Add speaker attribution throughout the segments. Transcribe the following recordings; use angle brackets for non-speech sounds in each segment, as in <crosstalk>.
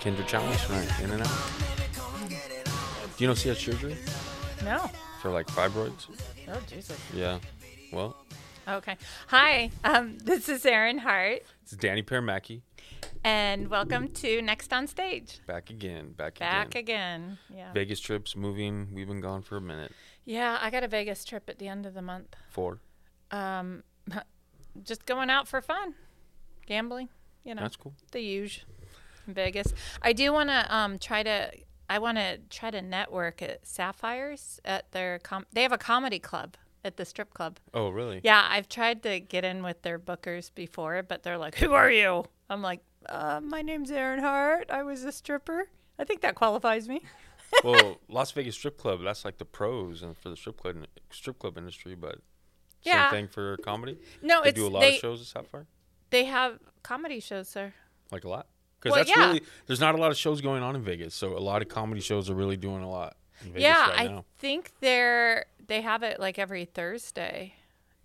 Speaker 1: Kinder Joy snack, in and out. Do you know she had surgery
Speaker 2: No.
Speaker 1: for like fibroids?
Speaker 2: Oh, Jesus.
Speaker 1: Yeah. Well,
Speaker 2: Okay. Hi, um, this is Erin Hart,
Speaker 1: it's Danny Paramaki
Speaker 2: and welcome to Next on Stage.
Speaker 1: back again, back,
Speaker 2: Back
Speaker 1: again.
Speaker 2: again. Yeah.
Speaker 1: Vegas trips, moving. We've been gone for a minute.
Speaker 2: yeah, I got a Vegas trip at the end of the month.
Speaker 1: Four.
Speaker 2: Um, <laughs> just going out for fun, gambling, you know,
Speaker 1: That's cool.
Speaker 2: the usual in Vegas. I do want to um, try to. I want to try to network at Sapphires at their com. They have a comedy club at the strip club.
Speaker 1: Oh, really?
Speaker 2: Yeah, I've tried to get in with their bookers before, but they're like, "Who are you?" I'm like, uh, "My name's Aaron Hart. I was a stripper. I think that qualifies me."
Speaker 1: well, Las Vegas strip club. That's like the pros and for the strip club strip club industry, but
Speaker 2: Yeah.
Speaker 1: same thing for comedy.
Speaker 2: No,
Speaker 1: They
Speaker 2: it's
Speaker 1: do a lot
Speaker 2: they
Speaker 1: of shows at Sapphire.
Speaker 2: they have comedy shows there.
Speaker 1: Like a lot. Because
Speaker 2: Well,
Speaker 1: that's
Speaker 2: yeah.
Speaker 1: really there's not a lot of shows going on in Vegas, so a lot of comedy shows are really doing a lot. In Vegas
Speaker 2: yeah,
Speaker 1: right
Speaker 2: I
Speaker 1: now.
Speaker 2: think they're they have it like every Thursday.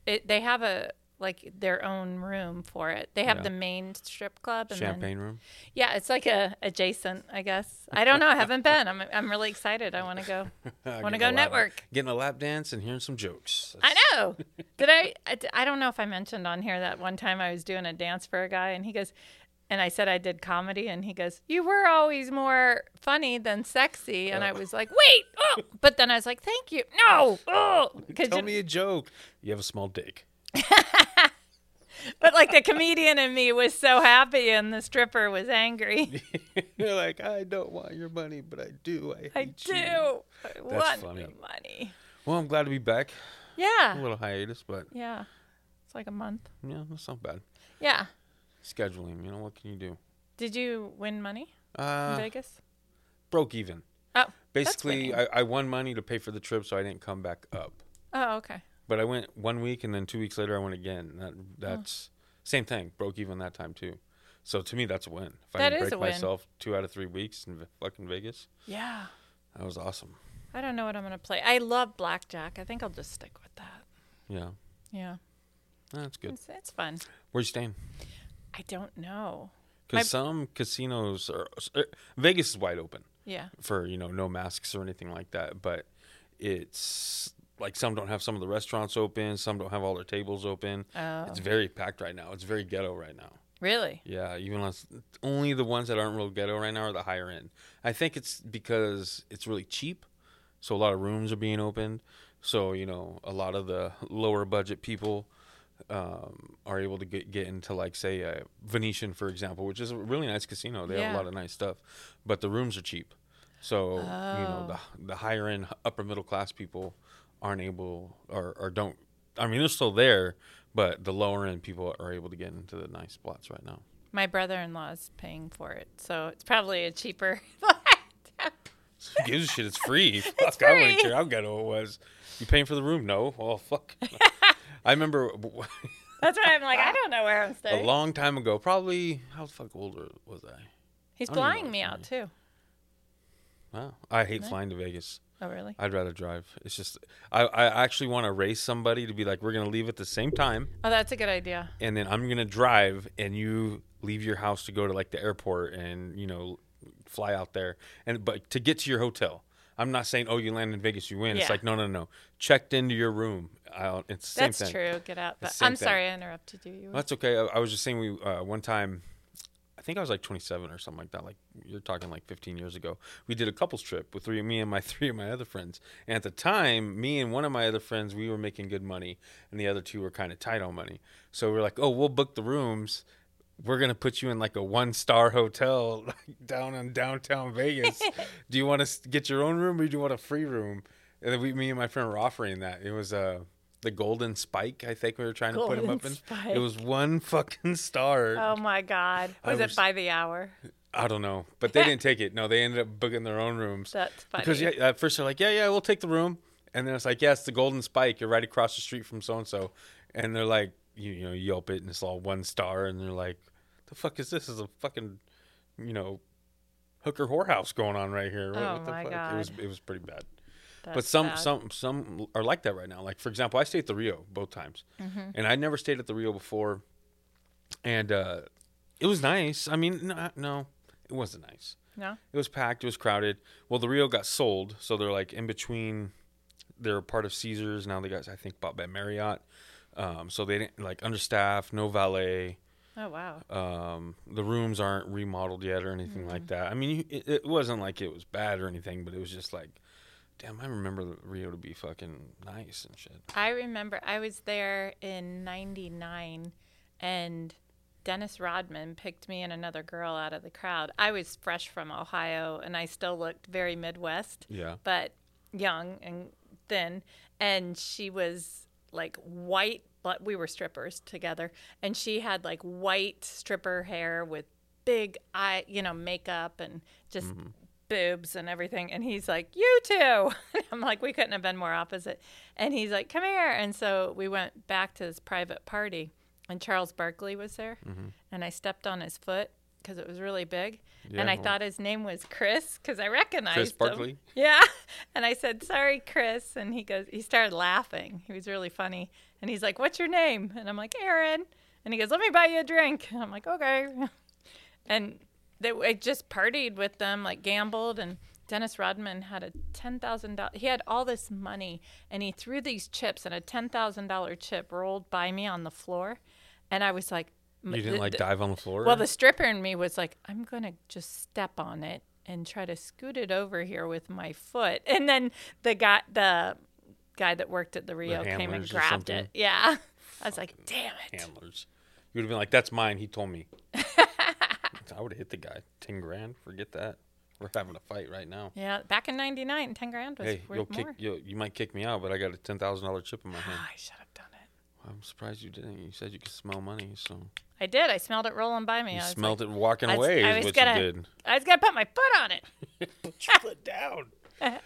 Speaker 2: It they have a like their own room for it. They have
Speaker 1: Yeah.
Speaker 2: the main strip club and then-
Speaker 1: Champagne room.
Speaker 2: yeah, it's like a adjacent, I guess. I don't know. I haven't been. I'm I'm really excited. I want to go.
Speaker 1: <laughs>
Speaker 2: <laughs>
Speaker 1: Getting
Speaker 2: go
Speaker 1: a lap-
Speaker 2: network.
Speaker 1: Getting a lap dance and hearing some jokes.
Speaker 2: I know. Did I, I? d- I don't know if I mentioned on here that one time I was doing a dance for a guy, and he goes, and I said I did comedy, and he goes, "You were always more funny than sexy," and I was like, "Wait!" Oh, but then I was like, "Thank you." No, oh,
Speaker 1: <laughs>
Speaker 2: 'Cause
Speaker 1: Tell
Speaker 2: you-
Speaker 1: me a joke. You have a small dick. <laughs>
Speaker 2: but like the comedian in me was so happy, and the stripper was angry.
Speaker 1: You're like, I don't want your money, but I do. I,
Speaker 2: <laughs> I
Speaker 1: hate you."
Speaker 2: do. I want
Speaker 1: funny.
Speaker 2: the money.
Speaker 1: Well, I'm glad to be back. A
Speaker 2: Yeah,
Speaker 1: little hiatus, but
Speaker 2: yeah. It's like a month.
Speaker 1: yeah, that's not bad.
Speaker 2: Yeah.
Speaker 1: Scheduling, you know, what can you do?
Speaker 2: Did you win money in
Speaker 1: Uh,
Speaker 2: Vegas?
Speaker 1: broke even.
Speaker 2: Oh,
Speaker 1: Basically,
Speaker 2: winning.
Speaker 1: I, I won money to pay for the trip, so I didn't come back up.
Speaker 2: oh, okay.
Speaker 1: But I went one week, and then two weeks later, I went again. That that's same thing. Broke even that time too. So to me, that's a win. If I
Speaker 2: That
Speaker 1: didn't
Speaker 2: is
Speaker 1: break
Speaker 2: a win.
Speaker 1: myself two out of three weeks in Ve- fucking Vegas,
Speaker 2: Yeah.
Speaker 1: that was awesome.
Speaker 2: I don't know what I'm gonna play. I love blackjack. I think I'll just stick with that.
Speaker 1: Yeah,
Speaker 2: Yeah,
Speaker 1: that's good.
Speaker 2: it's, it's fun.
Speaker 1: Where you staying?
Speaker 2: I don't know.
Speaker 1: Because
Speaker 2: My-
Speaker 1: some casinos are er, Vegas is wide open
Speaker 2: Yeah,
Speaker 1: for you know no masks or anything like that, but it's like some don't have some of the restaurants open, some don't have all their tables open.
Speaker 2: Oh.
Speaker 1: It's very packed right now. It's very ghetto right now.
Speaker 2: really.
Speaker 1: Yeah, even less, only the ones that aren't real ghetto right now are the higher end. I think it's because it's really cheap, so a lot of rooms are being opened. So you know, a lot of the lower budget people um, are able to get get into like say uh, Venetian, for example, which is a really nice casino. They have
Speaker 2: Yeah.
Speaker 1: a lot of nice stuff, but the rooms are cheap. So you know, the the higher end, upper middle class people aren't able or or don't. I mean, they're still there. But the lower end people are able to get into the nice spots right now.
Speaker 2: My brother-in-law is paying for it, so it's probably a cheaper. <laughs>
Speaker 1: Who gives a shit? It's free. fuck, I
Speaker 2: free.
Speaker 1: wouldn't care how ghetto it was. You paying for the room? No. Well,
Speaker 2: <laughs>
Speaker 1: fuck. I remember w- <laughs>
Speaker 2: That's why I'm like, I don't know where I'm
Speaker 1: a
Speaker 2: staying.
Speaker 1: long time ago, probably how the fuck older was I?
Speaker 2: He's
Speaker 1: I don't even know
Speaker 2: flying me out too.
Speaker 1: Wow. I hate flying to Vegas.
Speaker 2: Oh, really?
Speaker 1: I'd rather drive. It's just I, I actually want to race somebody to be like, we're gonna leave at the same time,
Speaker 2: Oh, that's a good idea.
Speaker 1: and then I'm gonna drive, and you leave your house to go to like the airport, and you know, fly out there, and but to get to your hotel. I'm not saying, oh, you land in Vegas, you win.
Speaker 2: Yeah.
Speaker 1: It's like, no, no, no. Checked into your room. I'll, it's the same
Speaker 2: That's
Speaker 1: thing.
Speaker 2: true. Get out. But
Speaker 1: same
Speaker 2: I'm
Speaker 1: thing.
Speaker 2: sorry I interrupted you. you were-
Speaker 1: Well, That's okay. I, I was just saying we uh, one time, I think I was like 27 or something like that. Like you're talking like 15 years ago. We did a couples trip with three me and my <laughs> three of my other friends. And at the time, me and one of my other friends, we were making good money, and the other two were kind of tight on money. So we are like, oh, we'll book the rooms. We're gonna put you in like a one star hotel <laughs> like down in downtown
Speaker 2: <laughs>
Speaker 1: Vegas. do you want to get your own room or do you want a free room? And then we, me and my friend were offering that. It was uh, the Golden Spike, I think we were trying to put him
Speaker 2: Golden
Speaker 1: up in.
Speaker 2: Spike.
Speaker 1: It was one <laughs> fucking star.
Speaker 2: Oh my God! Was it
Speaker 1: was-
Speaker 2: by the hour?
Speaker 1: I don't know, but
Speaker 2: <laughs>
Speaker 1: they didn't take it. No, they ended up booking their own rooms.
Speaker 2: That's funny.
Speaker 1: because yeah, at first they're like, yeah, yeah, we'll take the room, and then it's like, yeah, it's the Golden Spike. You're right across the street from so and so, and they're like, you, you know, Yelp it, and it's all one star, and they're like, the fuck is this? this is a fucking, you know, hooker whorehouse going on right here? What,
Speaker 2: Oh
Speaker 1: what the
Speaker 2: my
Speaker 1: fuck? It was it was pretty bad. but
Speaker 2: That's
Speaker 1: some
Speaker 2: bad.
Speaker 1: some some are like that right now. Like for example, I stayed at the Rio both times, and I never stayed at the Rio before, and uh, it was nice. I mean, no, no, it wasn't nice.
Speaker 2: No.
Speaker 1: It was packed. It was crowded. Well, the Rio got sold, so they're like in between. They're part of Caesars now. They got I think bought by Marriott, um, so they didn't like understaffed, no valet.
Speaker 2: Oh wow.
Speaker 1: Um, the rooms aren't remodeled yet or anything
Speaker 2: Mm-hmm.
Speaker 1: like that. I mean, you- it, it wasn't like it was bad or anything, but it was just like, damn, I remember the Rio to be fucking nice and shit.
Speaker 2: I remember I was there in 99 and Dennis Rodman picked me and another girl out of the crowd. I was fresh from Ohio and I still looked very Midwest,
Speaker 1: Yeah.
Speaker 2: but young and thin. And she was like white, but we were strippers together. And she had like white stripper hair with big eye, you know, makeup and just
Speaker 1: Mm-hmm.
Speaker 2: boobs and everything. And he's like, You too. <laughs> And I'm like, We couldn't have been more opposite. And he's like, Come here. And so we went back to this private party, and Charles Barkley was there.
Speaker 1: Mm-hmm.
Speaker 2: And I stepped on his foot because it was really big. and
Speaker 1: Yeah.
Speaker 2: I thought his name was Chris because I recognized him.
Speaker 1: Barkley?
Speaker 2: Yeah. <laughs> And I said, Sorry, Chris. And he goes, He started laughing. He was really funny. And he's like, What's your name? And I'm like, Aaron. And he goes, Let me buy you a drink. And I'm like, Okay. <laughs> And they, I just partied with them, like gambled. And Dennis Rodman had a $10,000. He had all this money and he threw these chips, and a $10,000 chip rolled by me on the floor. And I was like,
Speaker 1: You didn't like dive on the floor?
Speaker 2: well, the stripper in me was like, I'm going to just step on it and try to scoot it over here with my foot. <laughs> And then the guy, the guy that worked at the Rio came and
Speaker 1: handlers or
Speaker 2: grabbed
Speaker 1: something?
Speaker 2: it. Yeah. <laughs> I was like, damn it.
Speaker 1: handlers. You would have been like, "That's mine." He told
Speaker 2: <laughs>
Speaker 1: me. I would have hit the guy. Ten grand. Forget that. We're having a fight right now.
Speaker 2: Yeah. Back in 99, 10 grand was
Speaker 1: Hey, you'll
Speaker 2: worth
Speaker 1: kick.
Speaker 2: more.
Speaker 1: You'll, you might kick me out, but I got a ten thousand dollar chip in my
Speaker 2: <sighs>
Speaker 1: hand.
Speaker 2: Ah, I should have done it.
Speaker 1: I'm surprised you didn't. You said you could smell money, so
Speaker 2: I did. I smelled it rolling by me.
Speaker 1: you
Speaker 2: I was
Speaker 1: smelled it walking
Speaker 2: like,
Speaker 1: away.
Speaker 2: I,
Speaker 1: is
Speaker 2: was
Speaker 1: what
Speaker 2: gonna,
Speaker 1: you did.
Speaker 2: I was going to put my foot on it.
Speaker 1: Put foot down. <laughs>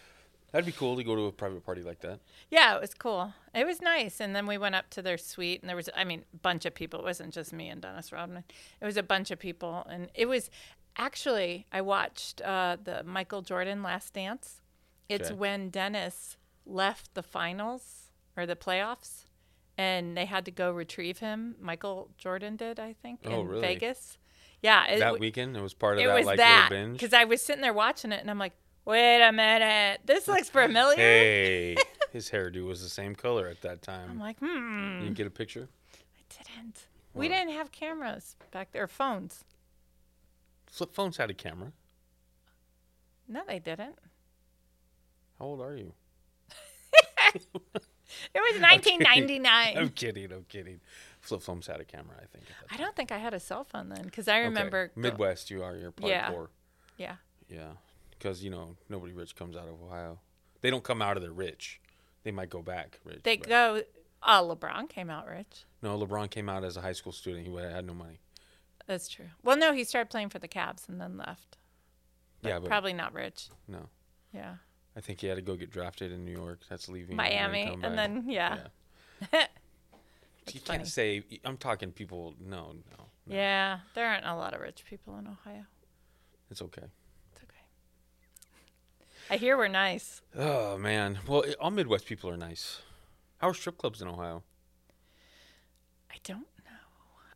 Speaker 1: That'd be cool to go to a private party like that.
Speaker 2: Yeah, it was cool. It was nice. And then we went up to their suite, and there was, I mean, a bunch of people. It wasn't just me and Dennis Rodman. It was a bunch of people. And it was actually, I watched uh, the Michael Jordan Last Dance. It's
Speaker 1: Okay.
Speaker 2: when Dennis left the finals or the playoffs, and they had to go retrieve him. Michael Jordan did, I think,
Speaker 1: Oh,
Speaker 2: in
Speaker 1: really?
Speaker 2: Vegas. Yeah. It,
Speaker 1: that
Speaker 2: w-
Speaker 1: weekend, it was part of
Speaker 2: it
Speaker 1: that
Speaker 2: was
Speaker 1: like
Speaker 2: that.
Speaker 1: little binge.
Speaker 2: Because I was sitting there watching it, and I'm like, wait a minute.
Speaker 1: <laughs>
Speaker 2: This looks familiar.
Speaker 1: Hey,
Speaker 2: <laughs>
Speaker 1: his hairdo was the same color at that
Speaker 2: I'm
Speaker 1: time.
Speaker 2: like, hmm.
Speaker 1: You can get a picture.
Speaker 2: didn't. We
Speaker 1: What?
Speaker 2: didn't have cameras back there, phones.
Speaker 1: Flip phones had a camera.
Speaker 2: No, they didn't.
Speaker 1: How old are you?
Speaker 2: It
Speaker 1: <laughs>
Speaker 2: was
Speaker 1: I'm
Speaker 2: 1999.
Speaker 1: kidding. I'm kidding. Flip phones had a camera, I think. at that
Speaker 2: I don't think I had a cell phone then because I
Speaker 1: time. Okay.
Speaker 2: remember. go-
Speaker 1: Midwest. You are. You're probably
Speaker 2: Yeah.
Speaker 1: poor.
Speaker 2: Yeah.
Speaker 1: Yeah, because you know nobody rich comes out of Ohio. They don't come out of their rich. They might go back rich.
Speaker 2: They
Speaker 1: but-
Speaker 2: go. Oh, LeBron came out rich.
Speaker 1: No, LeBron came out as a high school student. He had no money.
Speaker 2: That's true. Well, no, he started playing for the Cavs and then left. But
Speaker 1: yeah, but
Speaker 2: probably not rich.
Speaker 1: no.
Speaker 2: Yeah.
Speaker 1: I think he had to go get drafted in New York. That's leaving and then
Speaker 2: Miami.
Speaker 1: come back.
Speaker 2: And then, yeah.
Speaker 1: Yeah.
Speaker 2: <laughs>
Speaker 1: you
Speaker 2: funny.
Speaker 1: can't say. I'm talking people. No, no,
Speaker 2: Yeah. There aren't a lot of rich people in Ohio.
Speaker 1: it's okay.
Speaker 2: It's okay. I hear we're nice.
Speaker 1: Oh man. Well, it- all Midwest people are nice. How are strip clubs in Ohio?
Speaker 2: I don't know.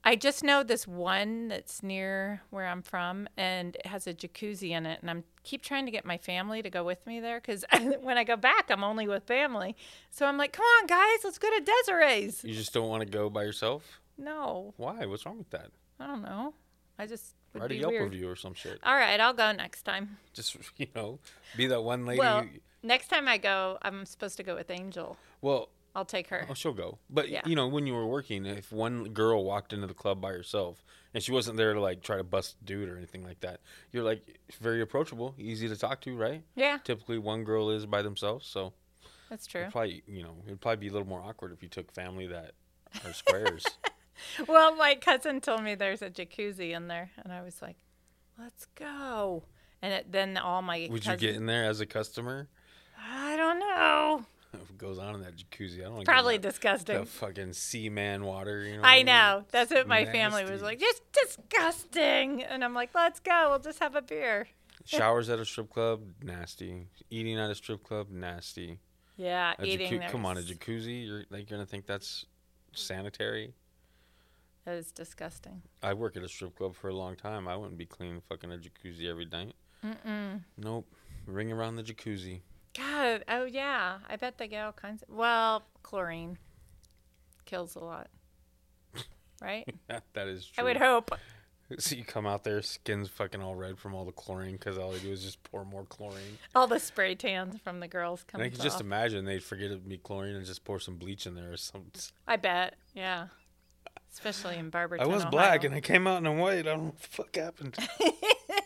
Speaker 2: I just know this one that's near where I'm from, and it has a jacuzzi in it. And I'm keep trying to get my family to go with me there because <laughs> when I go back, I'm only with family. So I'm like, come on, guys, let's go to Desiree's.
Speaker 1: You just don't want to go by yourself.
Speaker 2: No,
Speaker 1: Why? What's wrong with that?
Speaker 2: I don't know. I just would
Speaker 1: Write a
Speaker 2: be
Speaker 1: Yelp
Speaker 2: weird.
Speaker 1: review or some shit.
Speaker 2: All right, I'll go next time.
Speaker 1: Just <laughs> you know, be that one lady.
Speaker 2: well,
Speaker 1: you-
Speaker 2: next time I go, I'm supposed to go with Angel.
Speaker 1: well
Speaker 2: I'll take her.
Speaker 1: Oh, she'll go. But
Speaker 2: Yeah.
Speaker 1: you know, when you were working, if one girl walked into the club by herself and she wasn't there to like try to bust a dude or anything like that, you're like very approachable, easy to talk to, right?
Speaker 2: Yeah,
Speaker 1: Typically, one girl is by themselves, so
Speaker 2: that's true.
Speaker 1: it'd probably you know it'd probably be a little more awkward if you took family that are
Speaker 2: <laughs>
Speaker 1: squares.
Speaker 2: Well, my cousin told me there's a jacuzzi in there, and I was like, "Let's go." And it, then all my
Speaker 1: Would you
Speaker 2: cousins,
Speaker 1: get in there as a customer? <laughs>
Speaker 2: I don't know.
Speaker 1: What goes on in that jacuzzi? I don't wanna get in
Speaker 2: Probably
Speaker 1: that,
Speaker 2: disgusting.
Speaker 1: that fucking seaman water. You know what
Speaker 2: I
Speaker 1: mean?
Speaker 2: know. That's what my family was
Speaker 1: nasty.
Speaker 2: like. Just disgusting. And I'm like, "Let's go. We'll just have a beer."
Speaker 1: Showers at a strip club, nasty. Eating at a strip club, nasty.
Speaker 2: Yeah,
Speaker 1: A
Speaker 2: eating.
Speaker 1: jacu-
Speaker 2: there
Speaker 1: come on, a
Speaker 2: is-
Speaker 1: jacuzzi? You're like you're gonna think that's sanitary?
Speaker 2: That is disgusting.
Speaker 1: I work at a strip club for a long time. I wouldn't be cleaning fucking a jacuzzi every night. Nope. Ring around the jacuzzi. <laughs>
Speaker 2: God, oh yeah. I bet they get all kinds of well, chlorine kills
Speaker 1: <laughs>
Speaker 2: a lot. Right?
Speaker 1: that is true.
Speaker 2: I would hope.
Speaker 1: <laughs> So you come out there, skin's fucking all red from all the chlorine because all they do is just pour more chlorine.
Speaker 2: All the spray tans from the girls
Speaker 1: And I
Speaker 2: coming
Speaker 1: can just
Speaker 2: off.
Speaker 1: imagine they'd forget it'd be chlorine and just pour some bleach in there or something.
Speaker 2: I bet. Yeah. Especially in Barberton.
Speaker 1: I was black and I came out in a white. I don't know what the fuck
Speaker 2: <laughs>
Speaker 1: happened.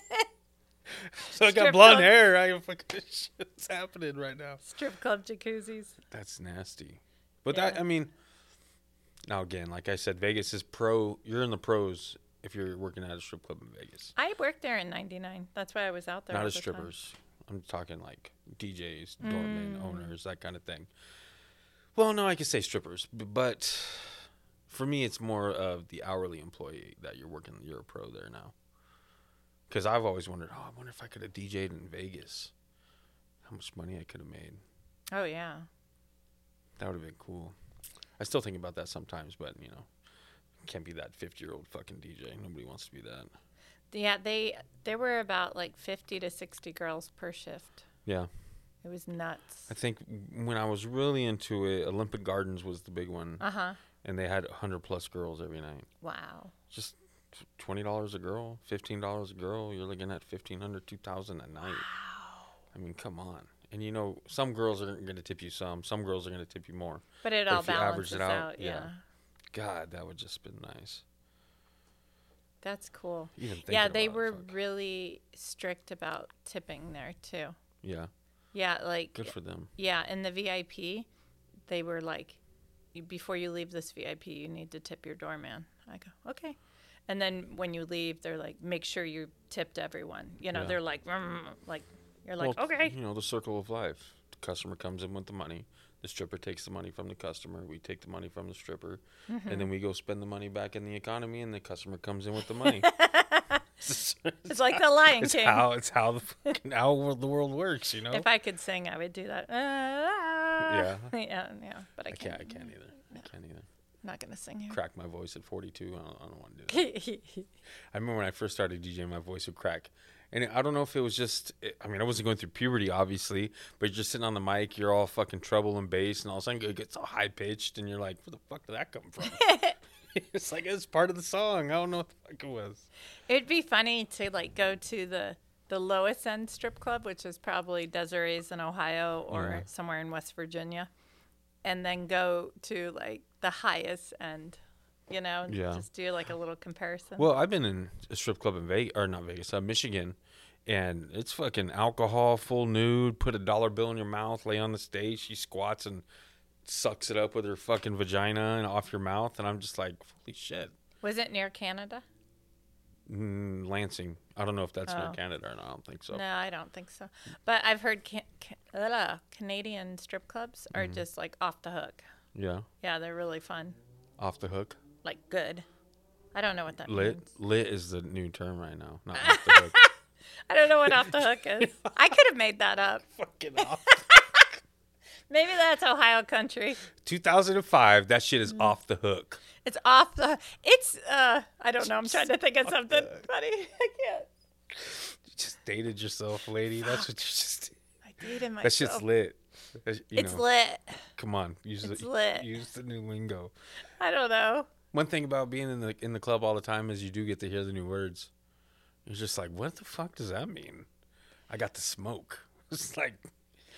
Speaker 1: <laughs> so I got
Speaker 2: Strip
Speaker 1: blonde
Speaker 2: club.
Speaker 1: hair. I fucking <laughs> shit's happening right now.
Speaker 2: strip club jacuzzis.
Speaker 1: That's nasty. But that
Speaker 2: Yeah.
Speaker 1: I mean now again, like I said, Vegas is pro you're in the pros if you're working at a strip club in Vegas.
Speaker 2: I worked there in '99. That's why I was out there.
Speaker 1: Not
Speaker 2: all
Speaker 1: as
Speaker 2: the time. Mm.
Speaker 1: strippers. I'm talking like DJs, doormen, owners, that kind of thing. Well, no, I could say strippers, b- but for me, it's more of the hourly employee that you're working. You're a pro there now. Because I've always wondered, oh, I wonder if I could have DJ'd in Vegas, how much money I could have made.
Speaker 2: Oh yeah.
Speaker 1: That would have been cool. I still think about that sometimes, but you know, can't be that 50 year old fucking DJ. Nobody wants to be that.
Speaker 2: Yeah, they there were about like 50 to 60 girls per shift.
Speaker 1: Yeah.
Speaker 2: It was nuts.
Speaker 1: I think when I was really into it, Olympic Gardens was the big one,
Speaker 2: Uh huh.
Speaker 1: and they had 100 plus girls every night.
Speaker 2: Wow.
Speaker 1: Just t- $20 a girl, $15 a girl. You're looking at 1500 2000 a night. I mean, come on. And you know, some girls are going to tip you some, some girls are going to tip you more.
Speaker 2: But it
Speaker 1: But
Speaker 2: all
Speaker 1: if you average
Speaker 2: balances
Speaker 1: it
Speaker 2: out.
Speaker 1: out,
Speaker 2: yeah.
Speaker 1: yeah. God, that would just been nice.
Speaker 2: That's cool.
Speaker 1: Even
Speaker 2: yeah,
Speaker 1: thinking
Speaker 2: they
Speaker 1: about it,
Speaker 2: were
Speaker 1: fuck.
Speaker 2: really strict about tipping there too.
Speaker 1: Yeah,
Speaker 2: Yeah, like
Speaker 1: good for them.
Speaker 2: yeah, in the VIP, they were like "You- before you leave this VIP, you need to tip your doorman. I go, "Okay." And then when you leave, they're like, "Make sure you tipped everyone." You know,
Speaker 1: Yeah.
Speaker 2: they're like "Mm," like you're like,
Speaker 1: Well,
Speaker 2: "Okay."
Speaker 1: <laughs> You know, the circle of life. The customer comes in with the money. The stripper takes the money from the customer. We take the money from the stripper. And
Speaker 2: Mm-hmm.
Speaker 1: then we go spend the money back in the economy, and the customer comes in with the
Speaker 2: <laughs>
Speaker 1: money. it's
Speaker 2: It's like the Lion King.
Speaker 1: how, it's how, the, fucking, how wor- the world works, you know?
Speaker 2: If I could sing, I would do that. Yeah. <laughs> yeah, yeah. But I,
Speaker 1: I
Speaker 2: can't.
Speaker 1: can't, I can't either. I can't either.
Speaker 2: I'm not gonna sing here.
Speaker 1: Crack my voice at 42. I don't, I don't want to do that.
Speaker 2: <laughs>
Speaker 1: I remember when I first started DJing, my voice would crack. And I don't know if it was just, I mean, I wasn't going through puberty, obviously, but you're just sitting on the mic, you're all fucking treble and bass, and all of a sudden it gets all high pitched, and you're like, where the fuck did that come from? it's like, it's part of the song. I don't know what the fuck it was.
Speaker 2: It'd be funny to like go to the the lowest end strip club, which is probably Desiree's in Ohio or
Speaker 1: Yeah.
Speaker 2: somewhere in West Virginia, and then go to like the highest end. You know, and
Speaker 1: Yeah.
Speaker 2: just do like a little comparison.
Speaker 1: Well, I've been in a strip club in Vegas, or not Vegas, uh, Michigan, and it's fucking alcohol, full nude, put a dollar bill in your mouth, lay on the stage. She squats and sucks it up with her fucking vagina and off your mouth. And I'm just like, holy shit.
Speaker 2: Was it near Canada?
Speaker 1: Mm, Lansing. I don't know if that's near
Speaker 2: Oh.
Speaker 1: Canada or not. I don't think so.
Speaker 2: No, I don't think so. But I've heard can- can- ugh, Canadian strip clubs
Speaker 1: Mm-hmm.
Speaker 2: are just like off the hook.
Speaker 1: Yeah.
Speaker 2: Yeah, they're really fun.
Speaker 1: Off the hook.
Speaker 2: Like good. I don't know what that
Speaker 1: Lit.
Speaker 2: means.
Speaker 1: Lit is the new term right now. Not off the
Speaker 2: <laughs>
Speaker 1: hook.
Speaker 2: I don't know what off the hook is. I could have made that up.
Speaker 1: Fucking off. <laughs>
Speaker 2: Maybe that's Ohio country.
Speaker 1: 2005. That shit is
Speaker 2: Mm.
Speaker 1: off the hook.
Speaker 2: It's off the. It's uh. I don't know. I'm trying to think of something funny. <laughs> I can't.
Speaker 1: You just dated yourself, lady. That's what you just.
Speaker 2: I dated myself.
Speaker 1: That shit's lit. That- you
Speaker 2: It's
Speaker 1: know,
Speaker 2: lit.
Speaker 1: Come on. Use
Speaker 2: It's
Speaker 1: the,
Speaker 2: lit.
Speaker 1: Use the new lingo.
Speaker 2: I don't know.
Speaker 1: One thing about being in the in the club all the time is you do get to hear the new words. You're just like, what the fuck does that mean? I got the smoke. <laughs> It's like,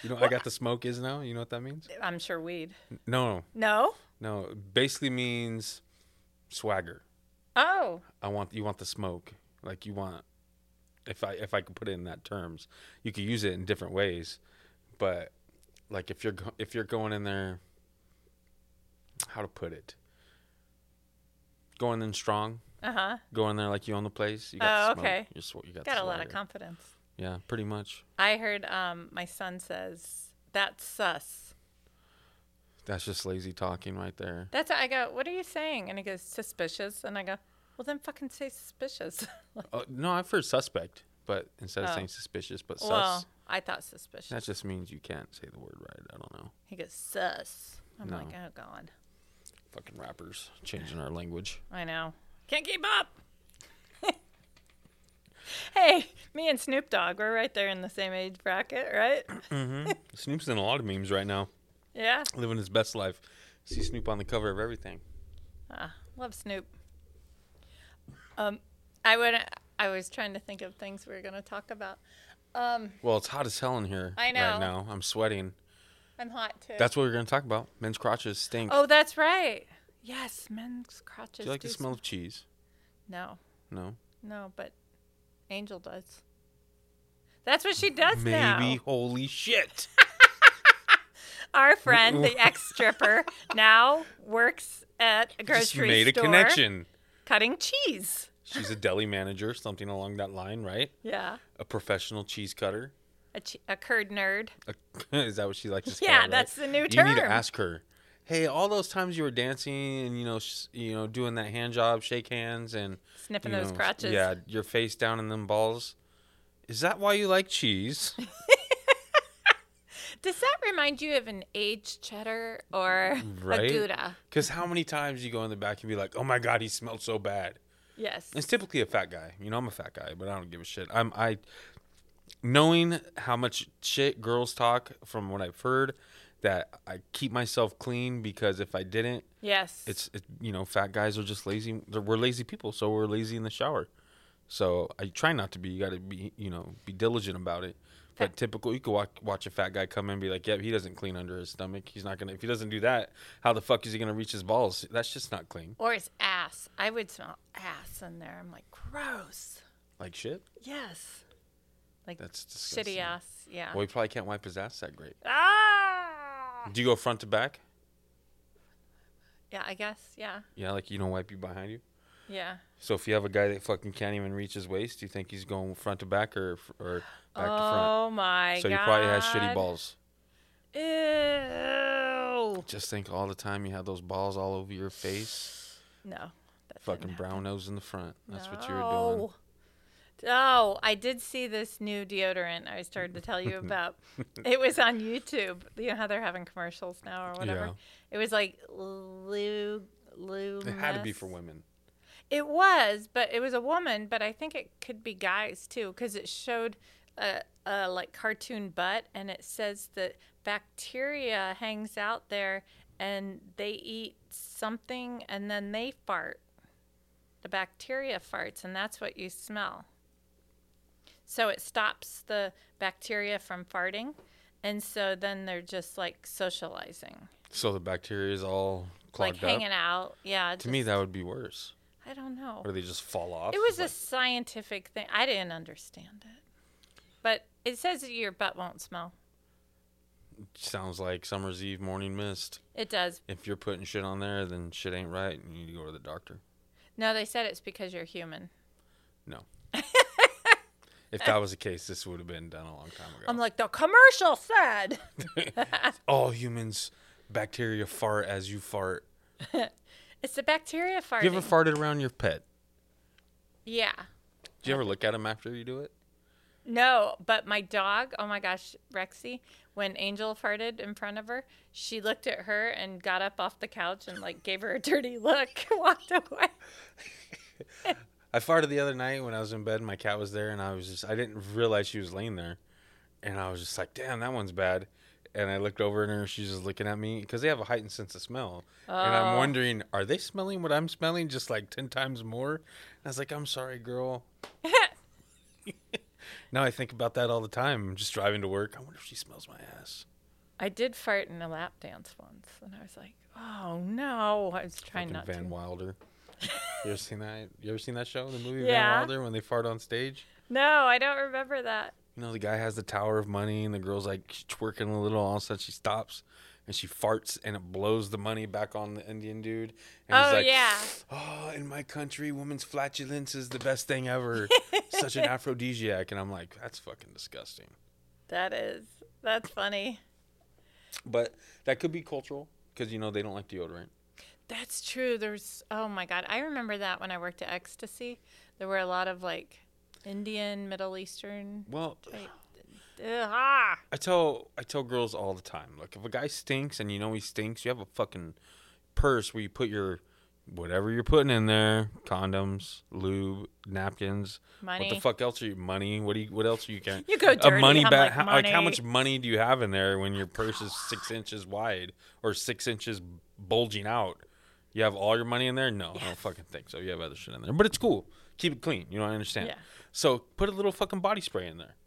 Speaker 1: you know, what I got the smoke is now. You know what that means?
Speaker 2: I'm sure weed.
Speaker 1: No,
Speaker 2: No.
Speaker 1: No, it basically means swagger.
Speaker 2: Oh.
Speaker 1: I want you want the smoke. Like you want if I if I could put it in that terms, you could use it in different ways. But like if you're go- if you're going in there how to put it? Going in strong,
Speaker 2: Uh huh.
Speaker 1: going there like you own the place. You got
Speaker 2: Oh,
Speaker 1: the smoke.
Speaker 2: okay.
Speaker 1: You're sw- you got, the
Speaker 2: Got a lot of
Speaker 1: swagger.
Speaker 2: confidence.
Speaker 1: Yeah, pretty much.
Speaker 2: I heard. Um. My son says that's sus.
Speaker 1: That's just lazy talking right there.
Speaker 2: That's. I go. What are you saying? And he goes suspicious. And I go. Well then, fucking say suspicious. <laughs>
Speaker 1: Oh, no, I've heard suspect, but instead of
Speaker 2: Oh.
Speaker 1: saying suspicious, but sus,
Speaker 2: well, I thought suspicious.
Speaker 1: that just means you can't say the word right. I don't know.
Speaker 2: He goes sus. I'm
Speaker 1: No.
Speaker 2: like, oh god.
Speaker 1: fucking rappers changing our language.
Speaker 2: I know. Can't keep up. <laughs> hey, me and Snoop Dogg, we're right there in the same age bracket, right?
Speaker 1: Snoop's in a lot of memes right now,
Speaker 2: Yeah.
Speaker 1: living his best life. See Snoop on the cover of everything.
Speaker 2: Ah, love Snoop. Um, I would. I was trying to think of things we were going to talk about. Um,
Speaker 1: Well, it's hot as hell in here
Speaker 2: I know.
Speaker 1: right now. I'm sweating.
Speaker 2: I'm hot too.
Speaker 1: That's what we're going to talk about. Men's crotches stink.
Speaker 2: oh, that's right. Yes, men's crotches.
Speaker 1: Do you like the
Speaker 2: do
Speaker 1: smell of cheese?
Speaker 2: sm- No,
Speaker 1: No.
Speaker 2: no, but Angel does. That's what she does
Speaker 1: Maybe.
Speaker 2: now.
Speaker 1: Holy shit.
Speaker 2: Our friend, the ex
Speaker 1: <laughs>
Speaker 2: stripper, now works at a grocery
Speaker 1: Just made
Speaker 2: store
Speaker 1: a connection.
Speaker 2: cutting cheese.
Speaker 1: She's a deli manager, something along that line, right?
Speaker 2: Yeah,
Speaker 1: A professional cheese cutter.
Speaker 2: a, che- a curd nerd.
Speaker 1: A, <laughs> is that what she likes to say?
Speaker 2: Yeah, that's the <laughs> new
Speaker 1: You need to
Speaker 2: term.
Speaker 1: ask her. Hey, all those times you were dancing and you know, sh- you know, doing that hand job, shake hands, and
Speaker 2: Sniffing
Speaker 1: you
Speaker 2: those
Speaker 1: know,
Speaker 2: crotches.
Speaker 1: Yeah, your face down in them balls. Is that why you like
Speaker 2: <laughs>
Speaker 1: cheese?
Speaker 2: Does that remind you of an aged cheddar or
Speaker 1: Right?
Speaker 2: a gouda?
Speaker 1: Because how many times you go in the back and be like, "Oh my god, he smelled so bad."
Speaker 2: Yes.
Speaker 1: It's typically a fat guy. You know, I'm a fat guy, but I don't give a shit. I'm I knowing how much shit girls talk from what I've heard that I keep myself clean because if I didn't,
Speaker 2: Yes.
Speaker 1: it's it, you know, fat guys are just lazy. They're, we're lazy people, so we're lazy in the shower. So I try not to be. You got to be, you know, be diligent about it. But typical, you could watch, watch a fat guy come in and be like, "Yep, he doesn't clean under his stomach. He's not gonna. If he doesn't do that, how the fuck is he gonna reach his balls? That's just not clean.
Speaker 2: or it's ass. I would smell ass in there. I'm like, gross.
Speaker 1: Like shit.
Speaker 2: Yes. Like
Speaker 1: That's disgusting.
Speaker 2: shitty ass. Yeah.
Speaker 1: Well, he probably can't wipe his ass that great.
Speaker 2: Ah.
Speaker 1: Do you go front to back?
Speaker 2: Yeah, I guess. Yeah.
Speaker 1: Yeah, like you don't wipe you behind you.
Speaker 2: Yeah.
Speaker 1: So if you have a guy that fucking can't even reach his waist, do you think he's going front to back or f- or back to front?
Speaker 2: oh my
Speaker 1: So
Speaker 2: god.
Speaker 1: he probably has shitty balls.
Speaker 2: Ew.
Speaker 1: Just think all the time you have those balls all over your face.
Speaker 2: No. That's
Speaker 1: Fucking brown nose in the front. That's what you were doing.
Speaker 2: No. Oh, I did see this new deodorant I started to tell
Speaker 1: <laughs>
Speaker 2: you about. it was on YouTube. You know how they're having commercials now or whatever.
Speaker 1: Yeah.
Speaker 2: It was like Lou Lou.
Speaker 1: It had to be for women.
Speaker 2: It was, but it was a woman. But I think it could be guys too, because it showed a, a like cartoon butt, and it says that bacteria hangs out there, and they eat something, and then they fart. The bacteria farts, and that's what you smell. So it stops the bacteria from farting, and so then they're just like socializing,
Speaker 1: So the bacteria is all clogged
Speaker 2: like
Speaker 1: up.
Speaker 2: hanging out. Yeah.
Speaker 1: To me,
Speaker 2: just-
Speaker 1: that would be worse.
Speaker 2: I don't know.
Speaker 1: Or they just fall off.
Speaker 2: It was
Speaker 1: It's
Speaker 2: a
Speaker 1: like-
Speaker 2: scientific thing. I didn't understand it. But it says that your butt won't smell.
Speaker 1: sounds like summer's eve morning mist.
Speaker 2: It does.
Speaker 1: If you're putting shit on there, then shit ain't right, and you need to go to the doctor.
Speaker 2: No, they said it's because you're human.
Speaker 1: No.
Speaker 2: <laughs>
Speaker 1: if that was the case, this would have been done a long time ago.
Speaker 2: I'm like, the commercial said. <laughs>
Speaker 1: All humans, bacteria fart as you fart.
Speaker 2: It's the bacteria farting.
Speaker 1: You ever farted around your pet?
Speaker 2: yeah.
Speaker 1: Do you ever look at him after you do it?
Speaker 2: No, but my dog, oh my gosh, Rexy, when Angel farted in front of her, she looked at her and got up off the couch and like gave her a dirty look and <laughs> walked away.
Speaker 1: I farted the other night when I was in bed. and My cat was there, and I was just I didn't realize she was laying there, and I was just like, "Damn, that one's bad." And I looked over at her, and she's just looking at me because they have a heightened sense of smell, and I'm
Speaker 2: Oh.
Speaker 1: wondering, are they smelling what I'm smelling just like ten times more? And I was like, "I'm sorry,
Speaker 2: <laughs>
Speaker 1: girl." now I think about that all the time. Just driving to work, I wonder if she smells my ass.
Speaker 2: I did fart in a lap dance once and I was like, oh no. I was trying
Speaker 1: Fucking
Speaker 2: not
Speaker 1: Van
Speaker 2: to.
Speaker 1: Wilder. You ever seen that? You ever seen that show? The movie
Speaker 2: Yeah.
Speaker 1: Van Wilder when they fart on stage.
Speaker 2: No, I don't remember that.
Speaker 1: You know, the guy has the tower of money, and the girl's like twerking a little. All of a sudden, she stops and she farts, and it blows the money back on the Indian dude. And
Speaker 2: Oh,
Speaker 1: like,
Speaker 2: yeah.
Speaker 1: Oh, in my country, woman's flatulence is the best thing
Speaker 2: <laughs>
Speaker 1: ever. Such an aphrodisiac. And I'm like, that's fucking disgusting.
Speaker 2: That is. That's funny.
Speaker 1: But that could be cultural because, you know, they don't like deodorant.
Speaker 2: That's true. There's oh my god, I remember that when I worked at Ecstasy. There were a lot of like Indian, Middle Eastern.
Speaker 1: Well,
Speaker 2: Like, ugh, ah.
Speaker 1: I tell I tell girls all the time, look, if a guy stinks and you know he stinks, you have a fucking purse where you put your whatever you're putting in there, condoms, lube, napkins, what
Speaker 2: Money.
Speaker 1: the fuck else are you money? What do you what else are you can
Speaker 2: You go dirty,
Speaker 1: a money
Speaker 2: I'm
Speaker 1: bag
Speaker 2: like,
Speaker 1: how, like how
Speaker 2: money.
Speaker 1: much money do you have in there when your
Speaker 2: <sighs>
Speaker 1: purse is six inches wide or six inches bulging out? You have all your money in there? No, I don't fucking think so. You have other shit in there. But it's cool. Keep it clean. You know, I understand.
Speaker 2: Yeah.
Speaker 1: So put a little fucking body spray in there.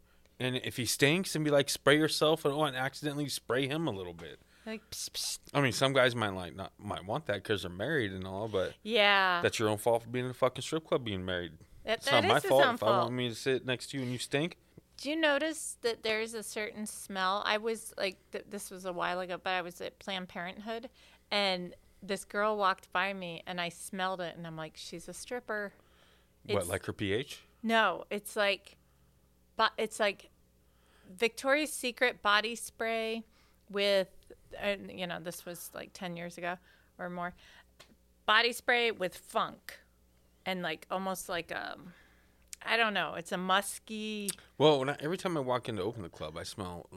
Speaker 1: And if he stinks and be like, spray yourself and, oh, and accidentally spray him a little bit.
Speaker 2: Like, psst, psst.
Speaker 1: I mean, some guys might like not might want that because they're married and all, but
Speaker 2: Yeah.
Speaker 1: that's your own fault for being in a fucking strip club being married.
Speaker 2: That-
Speaker 1: it's
Speaker 2: that
Speaker 1: not my
Speaker 2: is his
Speaker 1: fault
Speaker 2: own
Speaker 1: if I
Speaker 2: fault.
Speaker 1: want me to sit next to you and you stink.
Speaker 2: Do you notice that there's a certain smell? I was like, th- this was a while ago, but I was at Planned Parenthood and this girl walked by me and I smelled it and I'm like, she's a stripper.
Speaker 1: what,
Speaker 2: It's-
Speaker 1: like her pH?
Speaker 2: No, it's like, but it's like Victoria's Secret body spray with, and you know, this was like 10 years ago or more, body spray with funk and like almost like a, I don't know, it's a musky.
Speaker 1: Well, when I, every time I walk in to open the club, I smell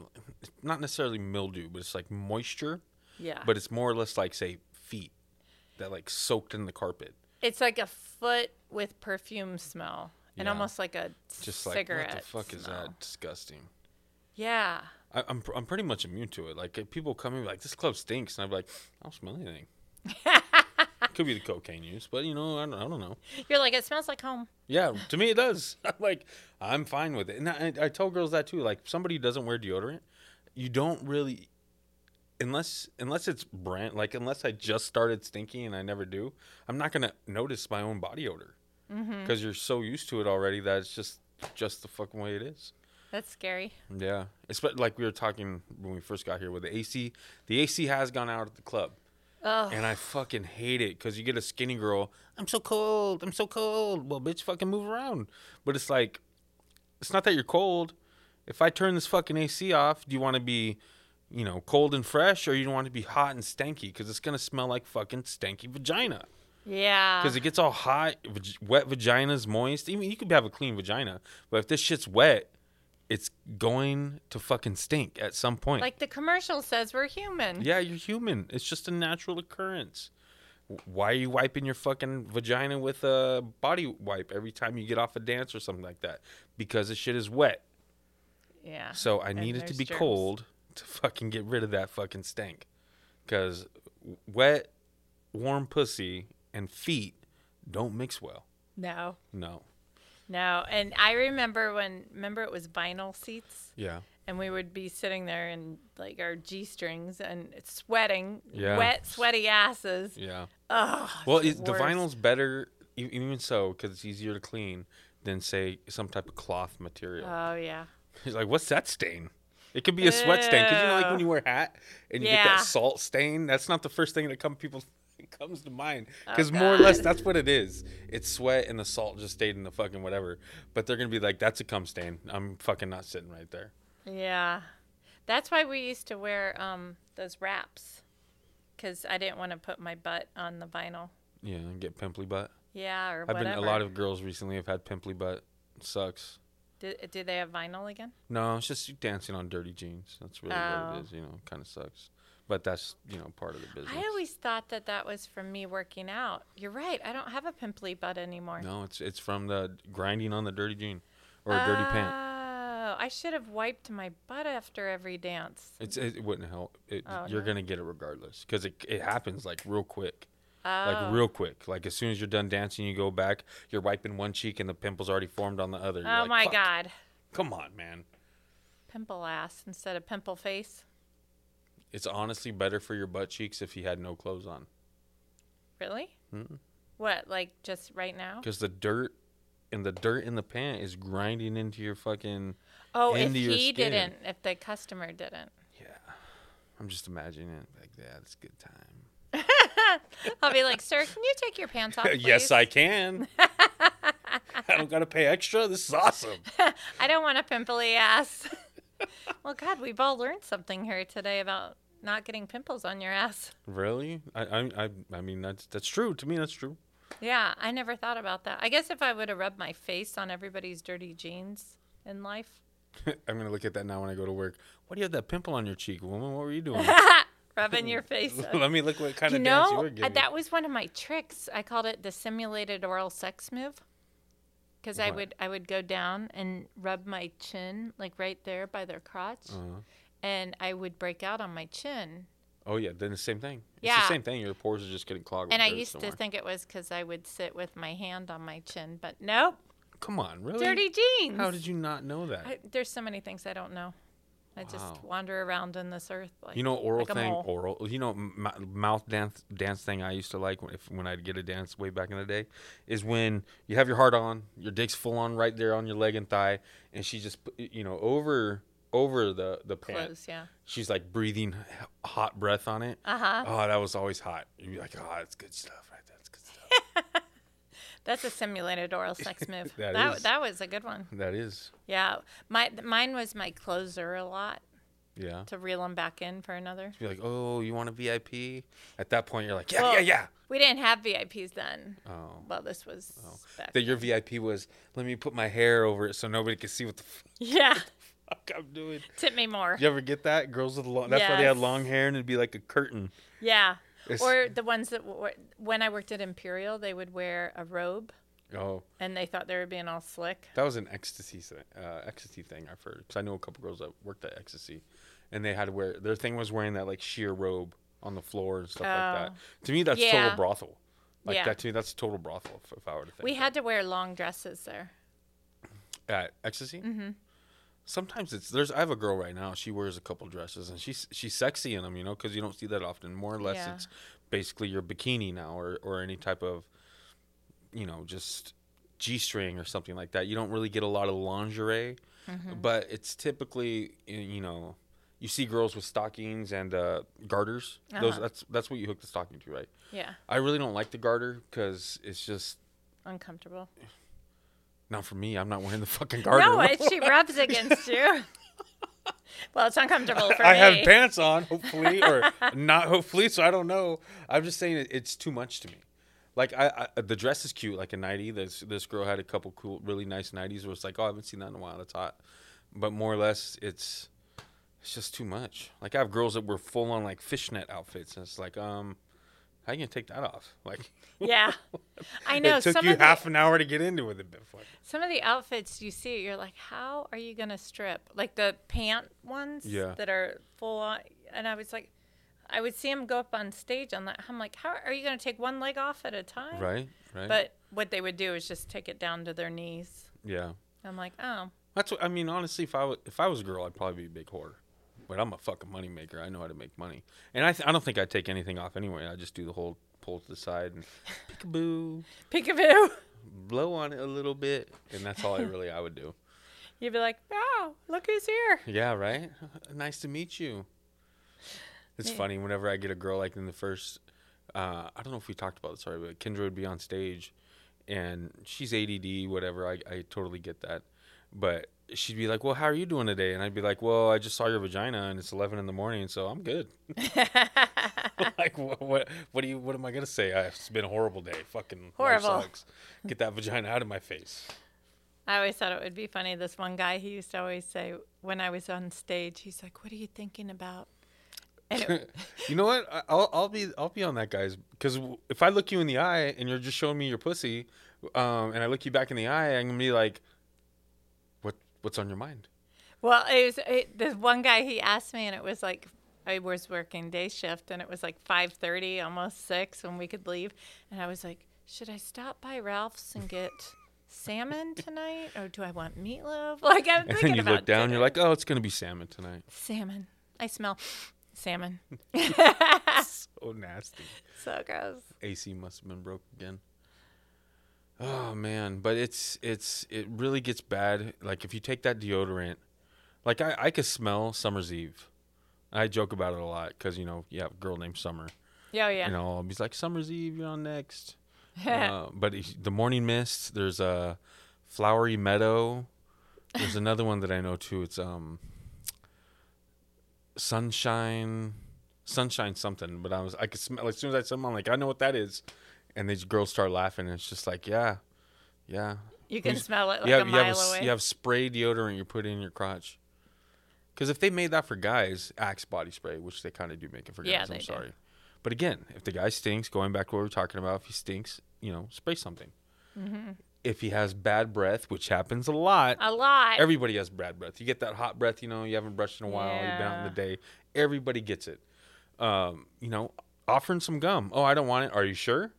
Speaker 1: not necessarily mildew, but it's like moisture,
Speaker 2: Yeah.
Speaker 1: but it's more or less like, say, feet that like soaked in the carpet.
Speaker 2: It's like a foot with perfume smell and
Speaker 1: Yeah.
Speaker 2: almost like a
Speaker 1: Just like,
Speaker 2: cigarette.
Speaker 1: what the fuck is
Speaker 2: smell.
Speaker 1: that? Disgusting. <laughs>
Speaker 2: Yeah. <laughs>
Speaker 1: I, I'm, pr- I'm pretty much immune to it. Like, if people come in like, this club stinks. And I'm like, I don't smell anything. Could be the cocaine use, but you know, I don't, I don't know.
Speaker 2: You're like, it smells like home.
Speaker 1: Yeah, to me it does. <laughs> I'm like, I'm fine with it. And I, I tell girls that too. Like somebody who doesn't wear deodorant, you don't really, unless unless it's brand like unless I just started stinking and I never do, I'm not gonna notice my own body odor because you're so used to it already that it's just just the fucking way it is.
Speaker 2: That's scary.
Speaker 1: Yeah, it's but like we were talking when we first got here with the AC. The AC has gone out at the club.
Speaker 2: Oh,
Speaker 1: And I fucking hate it because you get a skinny girl. I'm so cold. I'm so cold. Well, bitch, fucking move around. But it's like, it's not that you're cold. If I turn this fucking AC off, do you want to be, you know, cold and fresh, or you want to be hot and stanky? Because it's gonna smell like fucking stanky vagina.
Speaker 2: yeah.
Speaker 1: Because it gets all hot, vag- wet vagina's moist. Even you could have a clean vagina, but if this shit's wet, it's going to fucking stink at some <laughs> point.
Speaker 2: like the commercial says, we're human.
Speaker 1: Mm-hmm. Yeah, you're human. It's just a natural occurrence. W- Why are you wiping your fucking vagina with a body wipe every time you get off a dance or something like that? Because the shit is wet.
Speaker 2: Yeah.
Speaker 1: So I
Speaker 2: And
Speaker 1: need it to
Speaker 2: there's
Speaker 1: be
Speaker 2: germs.
Speaker 1: cold to fucking get rid of that fucking stank. Because wet, warm pussy and feet don't mix well.
Speaker 2: No,
Speaker 1: No.
Speaker 2: no. And I remember when, remember it was vinyl seats?
Speaker 1: Yeah.
Speaker 2: and we would be sitting there in like our g strings and sweating,
Speaker 1: Yeah.
Speaker 2: wet, sweaty asses.
Speaker 1: Yeah.
Speaker 2: Ugh.
Speaker 1: Well,
Speaker 2: it's
Speaker 1: it, the
Speaker 2: worst.
Speaker 1: vinyl's better, e- even so, because it's easier to clean than, say, some type of cloth material.
Speaker 2: Oh yeah.
Speaker 1: He's like, what's that stain? It could be a sweat stain because you know, like
Speaker 2: Ew.
Speaker 1: when you wear a hat and you get
Speaker 2: Yeah.
Speaker 1: that salt stain. That's not the first thing that come people <laughs> comes to mind
Speaker 2: Oh,
Speaker 1: because more or less
Speaker 2: God.
Speaker 1: that's what it is. It's sweat and the salt just stayed in the fucking whatever. But they're gonna be like, that's a cum stain. I'm fucking not sitting right there.
Speaker 2: Yeah. That's why we used to wear um those wraps cuz I didn't want to put my butt on the vinyl.
Speaker 1: Yeah, and get pimply butt.
Speaker 2: Yeah, or
Speaker 1: I've
Speaker 2: whatever.
Speaker 1: been a lot of girls recently have had pimply butt. sucks.
Speaker 2: Did, did they have vinyl again?
Speaker 1: No, it's just you dancing on dirty jeans. That's really what
Speaker 2: Oh.
Speaker 1: it is. You know, kind of sucks. But that's you know part of the business.
Speaker 2: I always thought that that was from me working out. You're right. I don't have a pimply butt anymore.
Speaker 1: no, it's it's from the grinding on the dirty jean or a dirty pant.
Speaker 2: Oh, I should have wiped my butt after every dance.
Speaker 1: It's it wouldn't help. It,
Speaker 2: Oh,
Speaker 1: you're
Speaker 2: no?
Speaker 1: gonna get it regardless because it it happens like real quick,
Speaker 2: Oh.
Speaker 1: like real quick. Like as soon as you're done dancing, you go back. You're wiping one cheek and the pimple's already formed on the other. You're
Speaker 2: Oh
Speaker 1: like,
Speaker 2: my
Speaker 1: "Fuck,
Speaker 2: God.
Speaker 1: Come on, man.
Speaker 2: Pimple ass instead of pimple face.
Speaker 1: It's honestly better for your butt cheeks if you had no clothes on
Speaker 2: Really? What, like just right now?
Speaker 1: because the dirt and the dirt in the pant is grinding into your fucking.
Speaker 2: Oh, if
Speaker 1: into your
Speaker 2: he
Speaker 1: skin.
Speaker 2: didn't, if the customer didn't.
Speaker 1: Yeah, I'm just imagining it like yeah, that's a good time.
Speaker 2: I'll be like, sir, can you take your
Speaker 1: <laughs>
Speaker 2: pants off?
Speaker 1: yes,
Speaker 2: please?
Speaker 1: I
Speaker 2: <laughs>
Speaker 1: can. I don't gotta pay extra. This is awesome.
Speaker 2: I don't want a pimply ass. <laughs> well, God, we've all learned something here today about not getting pimples on your ass.
Speaker 1: Really? I I I, I mean that's that's true. To me that's true.
Speaker 2: Yeah, I never thought about that. I guess if I would have rubbed my face on everybody's dirty jeans in life. <laughs> <laughs>
Speaker 1: I'm gonna look at that now when I go to work. Why do you have that pimple on your cheek, woman? What were you doing?
Speaker 2: rubbing your face.
Speaker 1: <laughs>
Speaker 2: up.
Speaker 1: Let me look what kind
Speaker 2: you
Speaker 1: of dance you
Speaker 2: know,
Speaker 1: were
Speaker 2: uh,
Speaker 1: giving.
Speaker 2: that was one of my tricks. I called it the simulated oral sex move. Because I
Speaker 1: What?
Speaker 2: would I would go down and rub my chin like right there by their crotch,
Speaker 1: Uh-huh.
Speaker 2: and I would break out on my chin.
Speaker 1: Oh yeah, then the same thing. It's
Speaker 2: Yeah.
Speaker 1: the same thing. Your pores are just getting clogged.
Speaker 2: And
Speaker 1: with
Speaker 2: I
Speaker 1: dirt
Speaker 2: used
Speaker 1: somewhere.
Speaker 2: to think it was because I would sit with my hand on my chin, but nope,
Speaker 1: Come on, really?
Speaker 2: dirty jeans.
Speaker 1: How did you not know that?
Speaker 2: I, there's so many things I don't know. I
Speaker 1: Wow.
Speaker 2: just wander around in this earth. Like,
Speaker 1: you know, oral
Speaker 2: like a
Speaker 1: thing,
Speaker 2: mole.
Speaker 1: oral. You know, m- m- mouth dance dance thing I used to like when, if, when I'd get a dance way back in the day is when you have your heart on, your dick's full on right there on your leg and thigh, and she just, put- you know, over over the the pant.
Speaker 2: clothes, yeah.
Speaker 1: She's like breathing h- hot breath on it.
Speaker 2: Uh huh.
Speaker 1: Oh, that was always hot. You'd be like, oh, that's good stuff right there. That's good stuff.
Speaker 2: <laughs> That's a simulated
Speaker 1: <laughs>
Speaker 2: oral sex move.
Speaker 1: That
Speaker 2: that
Speaker 1: is.
Speaker 2: that, was a good one.
Speaker 1: that is,
Speaker 2: Yeah, my mine was my closer a lot
Speaker 1: yeah.
Speaker 2: to reel them back in for another.
Speaker 1: Be like, oh, you want a VIP? At that point, you're like, yeah,
Speaker 2: Well-
Speaker 1: yeah, yeah.
Speaker 2: We didn't have VIPs then.
Speaker 1: Oh.
Speaker 2: Well, this was back.
Speaker 1: That your VIP was, let me put my hair over it so nobody can see what the
Speaker 2: <laughs> yeah,
Speaker 1: fuck I'm doing.
Speaker 2: tip me more.
Speaker 1: You ever get that? Girls with long, that's why they had
Speaker 2: Yes.
Speaker 1: long hair and it'd be like a curtain.
Speaker 2: Yeah.
Speaker 1: It's-
Speaker 2: Or the ones that were, when I worked at Imperial, they would wear a robe
Speaker 1: Oh,
Speaker 2: and they thought they were being all slick.
Speaker 1: that was an ecstasy, thi- uh, ecstasy thing I've heard. Because I knew a couple girls that worked at ecstasy and they had to wear, their thing was wearing that like sheer robe on the floor and stuff like that. To me, that's total
Speaker 2: Oh. Yeah.
Speaker 1: brothel. Like
Speaker 2: Yeah.
Speaker 1: that to me, that's total brothel if, if I were to think.
Speaker 2: We
Speaker 1: that.
Speaker 2: had to wear long dresses there.
Speaker 1: At ecstasy. Mm-hmm. Sometimes it's there's. I have a girl right now. She wears a couple dresses, and she's she's sexy in them, you know, because you don't see that often. More or less,
Speaker 2: Yeah.
Speaker 1: it's basically your bikini now, or or any type of, you know, just g string or something like that. You don't really get a lot of lingerie,
Speaker 2: Mm-hmm.
Speaker 1: but it's typically y- you know. You see girls with stockings and uh, garters. Those
Speaker 2: Uh-huh.
Speaker 1: that's that's what you hook the stocking to, right?
Speaker 2: Yeah,
Speaker 1: I really don't like the garter because it's just
Speaker 2: uncomfortable.
Speaker 1: not for me. I'm not wearing the fucking garter. <laughs>
Speaker 2: No, it, she rubs against you. <laughs> well, it's uncomfortable for
Speaker 1: I
Speaker 2: me.
Speaker 1: have pants on,
Speaker 2: <laughs>
Speaker 1: hopefully, or not hopefully. So I don't know. I'm just saying it, it's too much to me. Like I, I, the dress is cute, like a nightie. This this girl had a couple cool, really nice nighties. Where it's like, oh, I haven't seen that in a while. That's hot. But more or less, it's it's just too much. Like I have girls that were full on like fishnet outfits, and it's like, um, how you gonna take that off? Like
Speaker 2: yeah, I
Speaker 1: <laughs>
Speaker 2: know.
Speaker 1: it took
Speaker 2: some
Speaker 1: you
Speaker 2: of the,
Speaker 1: half an hour to get into it. Before.
Speaker 2: some of the outfits you see, you're like, how are you gonna strip? Like the pant ones
Speaker 1: Yeah.
Speaker 2: that are full on, and I was like, I would see him go up on stage on that. I'm like, how are you gonna take one leg off at a time?
Speaker 1: Right. Right.
Speaker 2: But what they would do is just take it down to their knees.
Speaker 1: yeah.
Speaker 2: I'm like, oh,
Speaker 1: That's what I mean. Honestly, if I was if I was a girl, I'd probably be a big whore. But I'm a fucking money maker. I know how to make money, and I th- I don't think I'd take anything off anyway. I just do the whole pull to the side and peekaboo,
Speaker 2: peekaboo.
Speaker 1: blow on it a little bit, and that's all I really I would do.
Speaker 2: <laughs> You'd be like, oh, look who's here.
Speaker 1: Yeah, right. <laughs> Nice to meet you. It's funny whenever I get a girl like in the first. Uh, I don't know if we talked about this already, but Kendra would be on stage, and she's ADD, whatever. I, I totally get that, but she'd be like, "Well, how are you doing today?" And I'd be like, "Well, I just saw your vagina, and it's eleven in the morning, so I'm good." <laughs> like, what, what? What do you? What am I gonna say? "Ah, It's been a horrible day. Fucking life
Speaker 2: Horrible.
Speaker 1: sucks. Get that vagina out of my face.
Speaker 2: I always thought it would be funny. This one guy, he used to always say when I was on stage, he's like, "What are you thinking about?" And it,
Speaker 1: <laughs> You know what? I- I'll I'll be I'll be on that guys because if I look you in the eye and you're just showing me your pussy, um, and I look you back in the eye, I'm gonna be like, what what's on your mind?
Speaker 2: well, it was it, this one guy. He asked me, and it was like I was working day shift, and it was like five thirty, almost six, when we could leave. And I was like, "Should I stop by Ralph's and get salmon tonight, or do I want meatloaf?" <laughs> Like I'm
Speaker 1: And
Speaker 2: thinking
Speaker 1: then you
Speaker 2: about
Speaker 1: look down,
Speaker 2: dinner.
Speaker 1: you're like, oh, it's gonna be salmon
Speaker 2: <laughs>
Speaker 1: tonight.
Speaker 2: "Salmon." I smell
Speaker 1: <laughs>
Speaker 2: salmon. <laughs>
Speaker 1: So nasty.
Speaker 2: so gross.
Speaker 1: AC must have been broke again. Oh man, but it's it's it really gets bad. Like if you take that deodorant, like I I could smell summer's eve. I joke about it a lot because you know you have a girl named Summer.
Speaker 2: Yeah, yeah.
Speaker 1: and all. He's like, "Summer's Eve, you're on next." uh, but he- the morning mist. There's a flowery meadow. There's another one that I know too. It's um, sunshine, sunshine something. But I was I could smell as soon as I saw them, I'm like, I know what that is. And these girls start laughing, and it's just like, yeah, yeah.
Speaker 2: <laughs> you can smell it like
Speaker 1: you have,
Speaker 2: a
Speaker 1: you have
Speaker 2: mile
Speaker 1: s-
Speaker 2: away.
Speaker 1: you have spray deodorant you put in your crotch. Because if they made that for guys, Axe body spray, which they kind of do make it for guys,
Speaker 2: Yeah, they
Speaker 1: I'm
Speaker 2: do.
Speaker 1: sorry. But again, if the guy stinks, going back to what we were talking about, if he stinks, you know, spray something.
Speaker 2: Mm-hmm.
Speaker 1: If he has bad breath, which happens a lot,
Speaker 2: A lot.
Speaker 1: everybody has bad breath. You get that hot breath, you know, you haven't brushed in a while, you've been out in
Speaker 2: Yeah.
Speaker 1: the day. Everybody gets it. Um, you know, offering some gum. Oh, I don't want it. Are you
Speaker 2: <laughs>
Speaker 1: sure?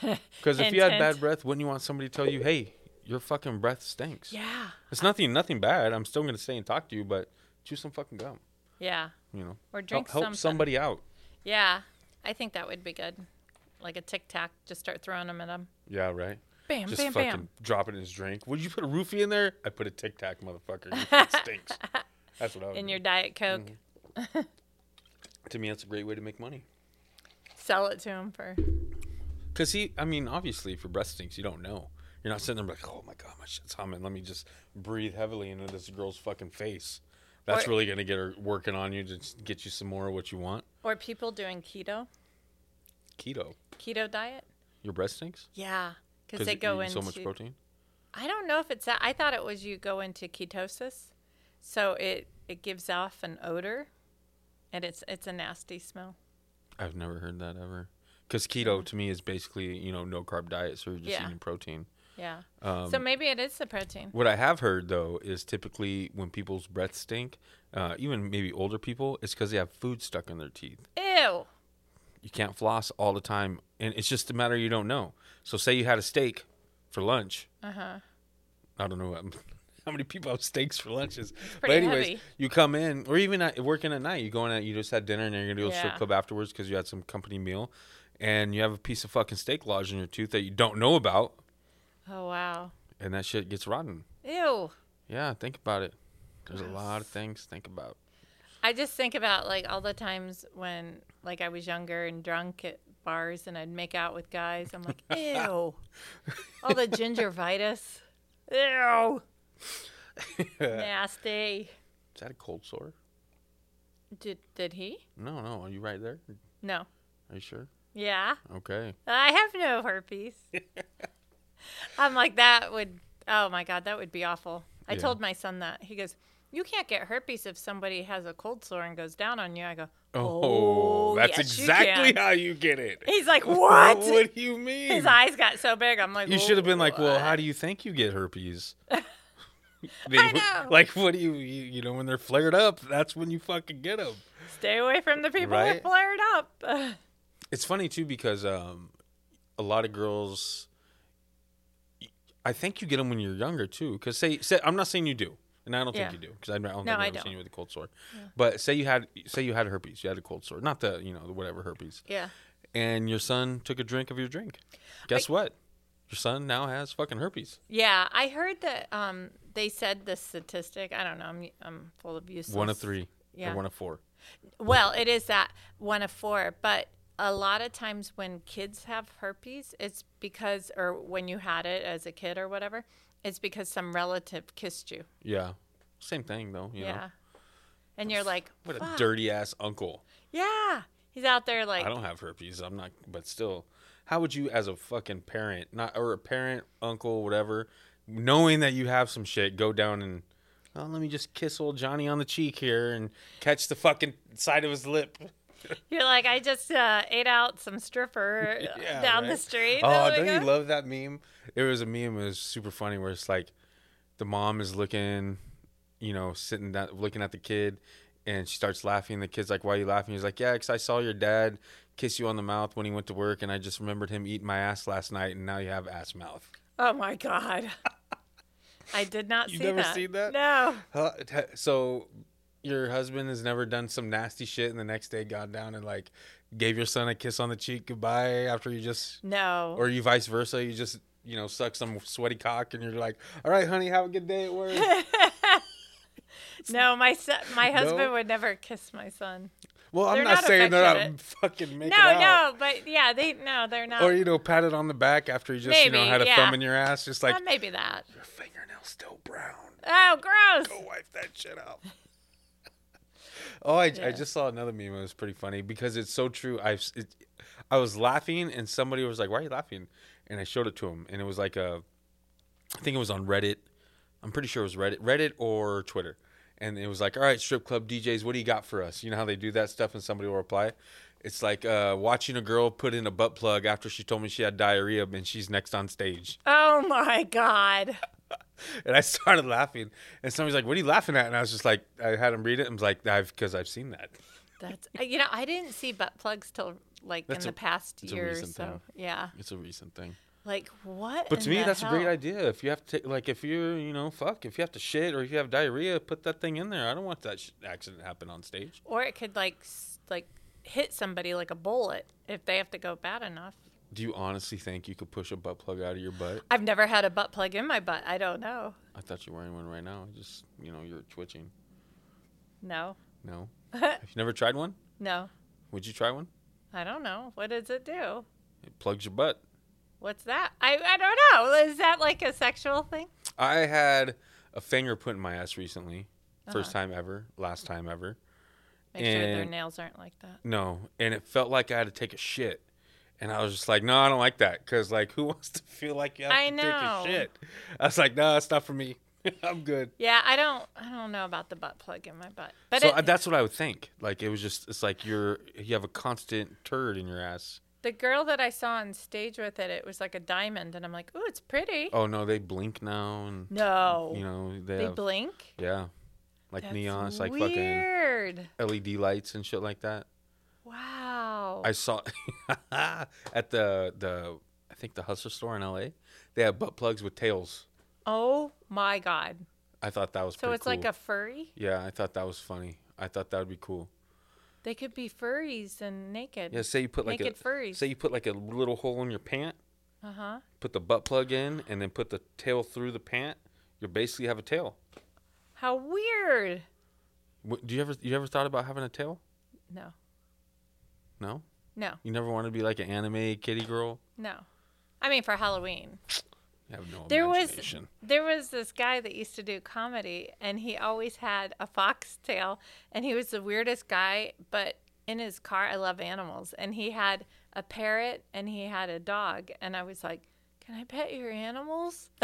Speaker 1: Because if you had
Speaker 2: Hint,
Speaker 1: bad
Speaker 2: hint.
Speaker 1: breath, wouldn't you want somebody to tell you, hey, your fucking breath stinks?
Speaker 2: yeah.
Speaker 1: It's nothing, nothing bad. I'm still gonna stay and talk to you, but chew some fucking gum.
Speaker 2: Yeah.
Speaker 1: You know,
Speaker 2: Or
Speaker 1: Hel-
Speaker 2: drink
Speaker 1: help,
Speaker 2: something.
Speaker 1: somebody out.
Speaker 2: Yeah. I think that would be good. Like a tic tac, just start throwing them at them.
Speaker 1: Yeah, right.
Speaker 2: Bam,
Speaker 1: Just
Speaker 2: bam,
Speaker 1: fucking
Speaker 2: bam.
Speaker 1: drop it in his drink. Would you put a roofie in there? I put a Tic Tac,
Speaker 2: <laughs>
Speaker 1: motherfucker. Your shit stinks. That's what I would.
Speaker 2: In
Speaker 1: do.
Speaker 2: your Diet Coke.
Speaker 1: Mm-hmm. to me, that's a great way to make money.
Speaker 2: Sell it to him for.
Speaker 1: Cause he, I mean, obviously, if your breath stinks, you don't know. You're not sitting there like, oh my god, my shit's humming. Let me just breathe heavily into this girl's fucking face. That's
Speaker 2: Or-
Speaker 1: really gonna get her working on you to s- get you some more of what you want.
Speaker 2: Or people doing keto,
Speaker 1: Keto.
Speaker 2: keto diet. Because
Speaker 1: Your breath stinks
Speaker 2: Yeah. Because they
Speaker 1: you're
Speaker 2: go
Speaker 1: eating so
Speaker 2: into.
Speaker 1: much protein.
Speaker 2: I don't know if it's that. I thought it was you go into ketosis, so it it gives off an odor, and it's it's a nasty smell.
Speaker 1: I've never heard that ever. Because keto to me is basically you know no carb diet, so you're just
Speaker 2: Yeah.
Speaker 1: eating protein.
Speaker 2: Yeah.
Speaker 1: Um,
Speaker 2: so maybe it is the protein.
Speaker 1: What I have heard though is typically when people's breath stink, uh, even maybe older people, it's because they have food stuck in their teeth.
Speaker 2: Ew.
Speaker 1: You can't floss all the time, and it's just a matter you don't know. So say you had a steak for lunch. Uh huh.
Speaker 2: Uh-huh.
Speaker 1: I don't know. um, <laughs> How many people have steaks for lunches? But
Speaker 2: pretty
Speaker 1: anyways,
Speaker 2: heavy.
Speaker 1: you come in, or even at, working at night, you go in at you just had dinner and you're gonna do a strip
Speaker 2: Yeah.
Speaker 1: club afterwards because you had some company meal, and you have a piece of fucking steak lodged in your tooth that you don't know about,
Speaker 2: Oh wow.
Speaker 1: and that shit gets rotten.
Speaker 2: Ew.
Speaker 1: Yeah, think about it. There's a lot of things to think about.
Speaker 2: I just think about like all the times when like I was younger and drunk at bars and I'd make out with guys. I'm <laughs> like, ew. all the gingivitis. <laughs> Ew. <laughs> Nasty.
Speaker 1: Is that a cold sore?
Speaker 2: Did did he?
Speaker 1: No, no. Are you right there?
Speaker 2: No.
Speaker 1: Are you sure?
Speaker 2: Yeah.
Speaker 1: Okay.
Speaker 2: I have no <laughs> herpes. I'm like, that would, oh my God, that would be awful. I
Speaker 1: Yeah.
Speaker 2: told my son that. He goes, You can't get herpes if somebody has a cold sore and goes down on you. I go, Oh,
Speaker 1: that's
Speaker 2: yes, you
Speaker 1: exactly
Speaker 2: can."
Speaker 1: how you get it.
Speaker 2: He's like, <laughs> What?
Speaker 1: what do you mean?
Speaker 2: His eyes got so big. I'm like,
Speaker 1: You should have been like, well,
Speaker 2: "What?"
Speaker 1: how do you think you get
Speaker 2: <laughs>
Speaker 1: herpes? They
Speaker 2: I
Speaker 1: would-
Speaker 2: know.
Speaker 1: Like, what do you, you, you know, when they're flared up, that's when you fucking get them.
Speaker 2: Stay away from the people
Speaker 1: Right?
Speaker 2: that flared up. <laughs>
Speaker 1: It's funny, too, because um, a lot of girls, I think you get them when you're younger, too. Because, say, say, I'm not saying you do. And I don't
Speaker 2: Yeah.
Speaker 1: think you do because I don't think
Speaker 2: No,
Speaker 1: I've
Speaker 2: I
Speaker 1: ever seen
Speaker 2: don't.
Speaker 1: you with a cold sore. But say you had say you had herpes, you had a cold sore, not the you know the whatever herpes,
Speaker 2: yeah.
Speaker 1: and your son took a drink of your drink. Guess what? Your son now has fucking herpes.
Speaker 2: Yeah. I heard that um, they said this statistic. I don't know. I'm, I'm full of useless.
Speaker 1: One of three,
Speaker 2: yeah.
Speaker 1: or one of four.
Speaker 2: Well, it is that one of four, but a lot of times when kids have herpes, it's because, or when you had it as a kid or whatever, it's because some relative kissed you.
Speaker 1: Yeah. Same thing though, you
Speaker 2: yeah.
Speaker 1: know.
Speaker 2: And you're like,
Speaker 1: What a
Speaker 2: "Fuck."
Speaker 1: dirty ass uncle.
Speaker 2: Yeah. He's out there like,
Speaker 1: I don't have herpes. I'm not but still. How would you as a fucking parent, not or a parent, uncle, whatever, knowing that you have some shit, go down and oh, let me just kiss old Johnny on the cheek here and catch the fucking side of his lip.
Speaker 2: you're like, I just uh, ate out some stripper uh,
Speaker 1: <laughs> Yeah,
Speaker 2: down the
Speaker 1: right.
Speaker 2: street.
Speaker 1: Oh,
Speaker 2: my
Speaker 1: don't you
Speaker 2: God.
Speaker 1: love that meme? There was a meme that was super funny where it's like the mom is looking, you know, sitting down looking at the kid and she starts laughing. The kid's like, Why are you laughing? He's like, Yeah, because I saw your dad kiss you on the mouth when he went to work and I just remembered him eating my ass last night and now you have ass mouth.
Speaker 2: Oh
Speaker 1: <laughs>
Speaker 2: my God. I did not
Speaker 1: You've
Speaker 2: see
Speaker 1: never
Speaker 2: that.
Speaker 1: seen that?
Speaker 2: No.
Speaker 1: Huh? T- So your husband has never done some nasty shit and the next day got down and like gave your son a kiss on the cheek goodbye after you just
Speaker 2: No.
Speaker 1: or you vice versa you just you know suck some sweaty cock and you're like all right honey have a good day at
Speaker 2: <laughs>
Speaker 1: work
Speaker 2: <laughs> no, my son, my husband
Speaker 1: No?
Speaker 2: would never kiss my son.
Speaker 1: well i'm
Speaker 2: They're
Speaker 1: not,
Speaker 2: not
Speaker 1: saying they're not
Speaker 2: affectionate.
Speaker 1: fucking making
Speaker 2: No,
Speaker 1: out
Speaker 2: no, but yeah, they no, they're not.
Speaker 1: or you know pat it on the back after you just you know
Speaker 2: Maybe,
Speaker 1: had a
Speaker 2: yeah.
Speaker 1: thumb in your ass just like
Speaker 2: Uh, maybe that.
Speaker 1: your fingernail's still brown
Speaker 2: Oh,
Speaker 1: <laughs>
Speaker 2: gross.
Speaker 1: wipe that shit out. <laughs> oh, I, I just saw another meme. It was pretty funny because it's so true. I it, I was laughing and somebody was like, "Why are you laughing?" And I showed it to him, and it was like a, I think it was on Reddit. I'm pretty sure it was Reddit, Reddit or Twitter, and it was like, all right, strip club DJs, what do you got for us? You know how they do that stuff, and somebody will reply. It's like uh, watching a girl put in a butt plug after she told me she had diarrhea, and she's next on stage.
Speaker 2: Oh my God.
Speaker 1: And I <laughs> started laughing, and somebody's like, "What are you laughing at?" And I was just like, I had him read it, and was like, "I've because I've seen that."
Speaker 2: That's, uh, you know, I didn't see butt plugs till like
Speaker 1: That's
Speaker 2: in
Speaker 1: a-
Speaker 2: the past
Speaker 1: it's a
Speaker 2: year or so.
Speaker 1: recent thing.
Speaker 2: Yeah.
Speaker 1: It's a recent thing.
Speaker 2: Like, what?
Speaker 1: But to
Speaker 2: in
Speaker 1: me,
Speaker 2: the
Speaker 1: that's a great
Speaker 2: hell?
Speaker 1: idea. If you have to, like, if you're, you know, fuck, if you have to shit or if you have diarrhea, put that thing in there. I don't want that sh- accident to happen on stage.
Speaker 2: Or it could like s- like hit somebody like a bullet if they have to go bad enough.
Speaker 1: Do you honestly think you could push a butt plug out of your butt?
Speaker 2: I've never had a butt plug in my butt. I don't know.
Speaker 1: I thought you were wearing one right now. I just, you know, you're twitching.
Speaker 2: No,
Speaker 1: No. have you never tried one?
Speaker 2: no,
Speaker 1: Would you try one?
Speaker 2: I don't know. What does it do?
Speaker 1: It plugs your butt.
Speaker 2: What's that? I I don't know. Is that like a sexual thing?
Speaker 1: I had a finger put in my ass recently. First time ever. Last time ever.
Speaker 2: Make sure their
Speaker 1: And-
Speaker 2: nails aren't like that.
Speaker 1: No, and it felt like I had to take a shit, and I was just like, "No, I don't like that," because like, who <laughs> wants to feel like you have
Speaker 2: I
Speaker 1: to
Speaker 2: know.
Speaker 1: take a shit? I was like, "No, that's not for me. <laughs> I'm good."
Speaker 2: Yeah, I don't I don't know about the butt plug in my butt. But
Speaker 1: so uh,
Speaker 2: it,
Speaker 1: I that's what I would think. Like, it was just, it's like you're, you have a constant turd in your ass.
Speaker 2: the girl that I saw on stage with it, it was like a diamond, and I'm like, ooh, it's pretty.
Speaker 1: Oh no, they blink now, and
Speaker 2: no,
Speaker 1: you know they,
Speaker 2: they
Speaker 1: have,
Speaker 2: blink.
Speaker 1: yeah, like
Speaker 2: That's
Speaker 1: neon, it's like
Speaker 2: weird.
Speaker 1: fucking LED lights and shit like that.
Speaker 2: Wow.
Speaker 1: I saw <laughs> at the the I think the Hustler store in L.A. They have butt plugs with tails.
Speaker 2: oh my god.
Speaker 1: I thought that was
Speaker 2: So
Speaker 1: pretty
Speaker 2: it's like
Speaker 1: cool.
Speaker 2: a furry?
Speaker 1: Yeah, I thought that was funny. I thought that would be cool.
Speaker 2: They could be furries and naked.
Speaker 1: Yeah, say you put like
Speaker 2: Naked
Speaker 1: a
Speaker 2: furries.
Speaker 1: say you put like a little hole in your pant,
Speaker 2: Uh-huh.
Speaker 1: put the butt plug in, and then put the tail through the pant. You basically have a tail.
Speaker 2: How weird.
Speaker 1: Wh- Do you ever you ever thought about having a tail?
Speaker 2: No.
Speaker 1: No,
Speaker 2: No.
Speaker 1: you never wanted to be like an anime kitty girl.
Speaker 2: No. I mean for Halloween.
Speaker 1: You have no
Speaker 2: There was
Speaker 1: imagination.
Speaker 2: there was this guy that used to do comedy and he always had a foxtail and he was the weirdest guy, but in his car I love animals and he had a parrot and he had a dog and I was like, "Can I pet
Speaker 1: <laughs>
Speaker 2: your animals?" <laughs>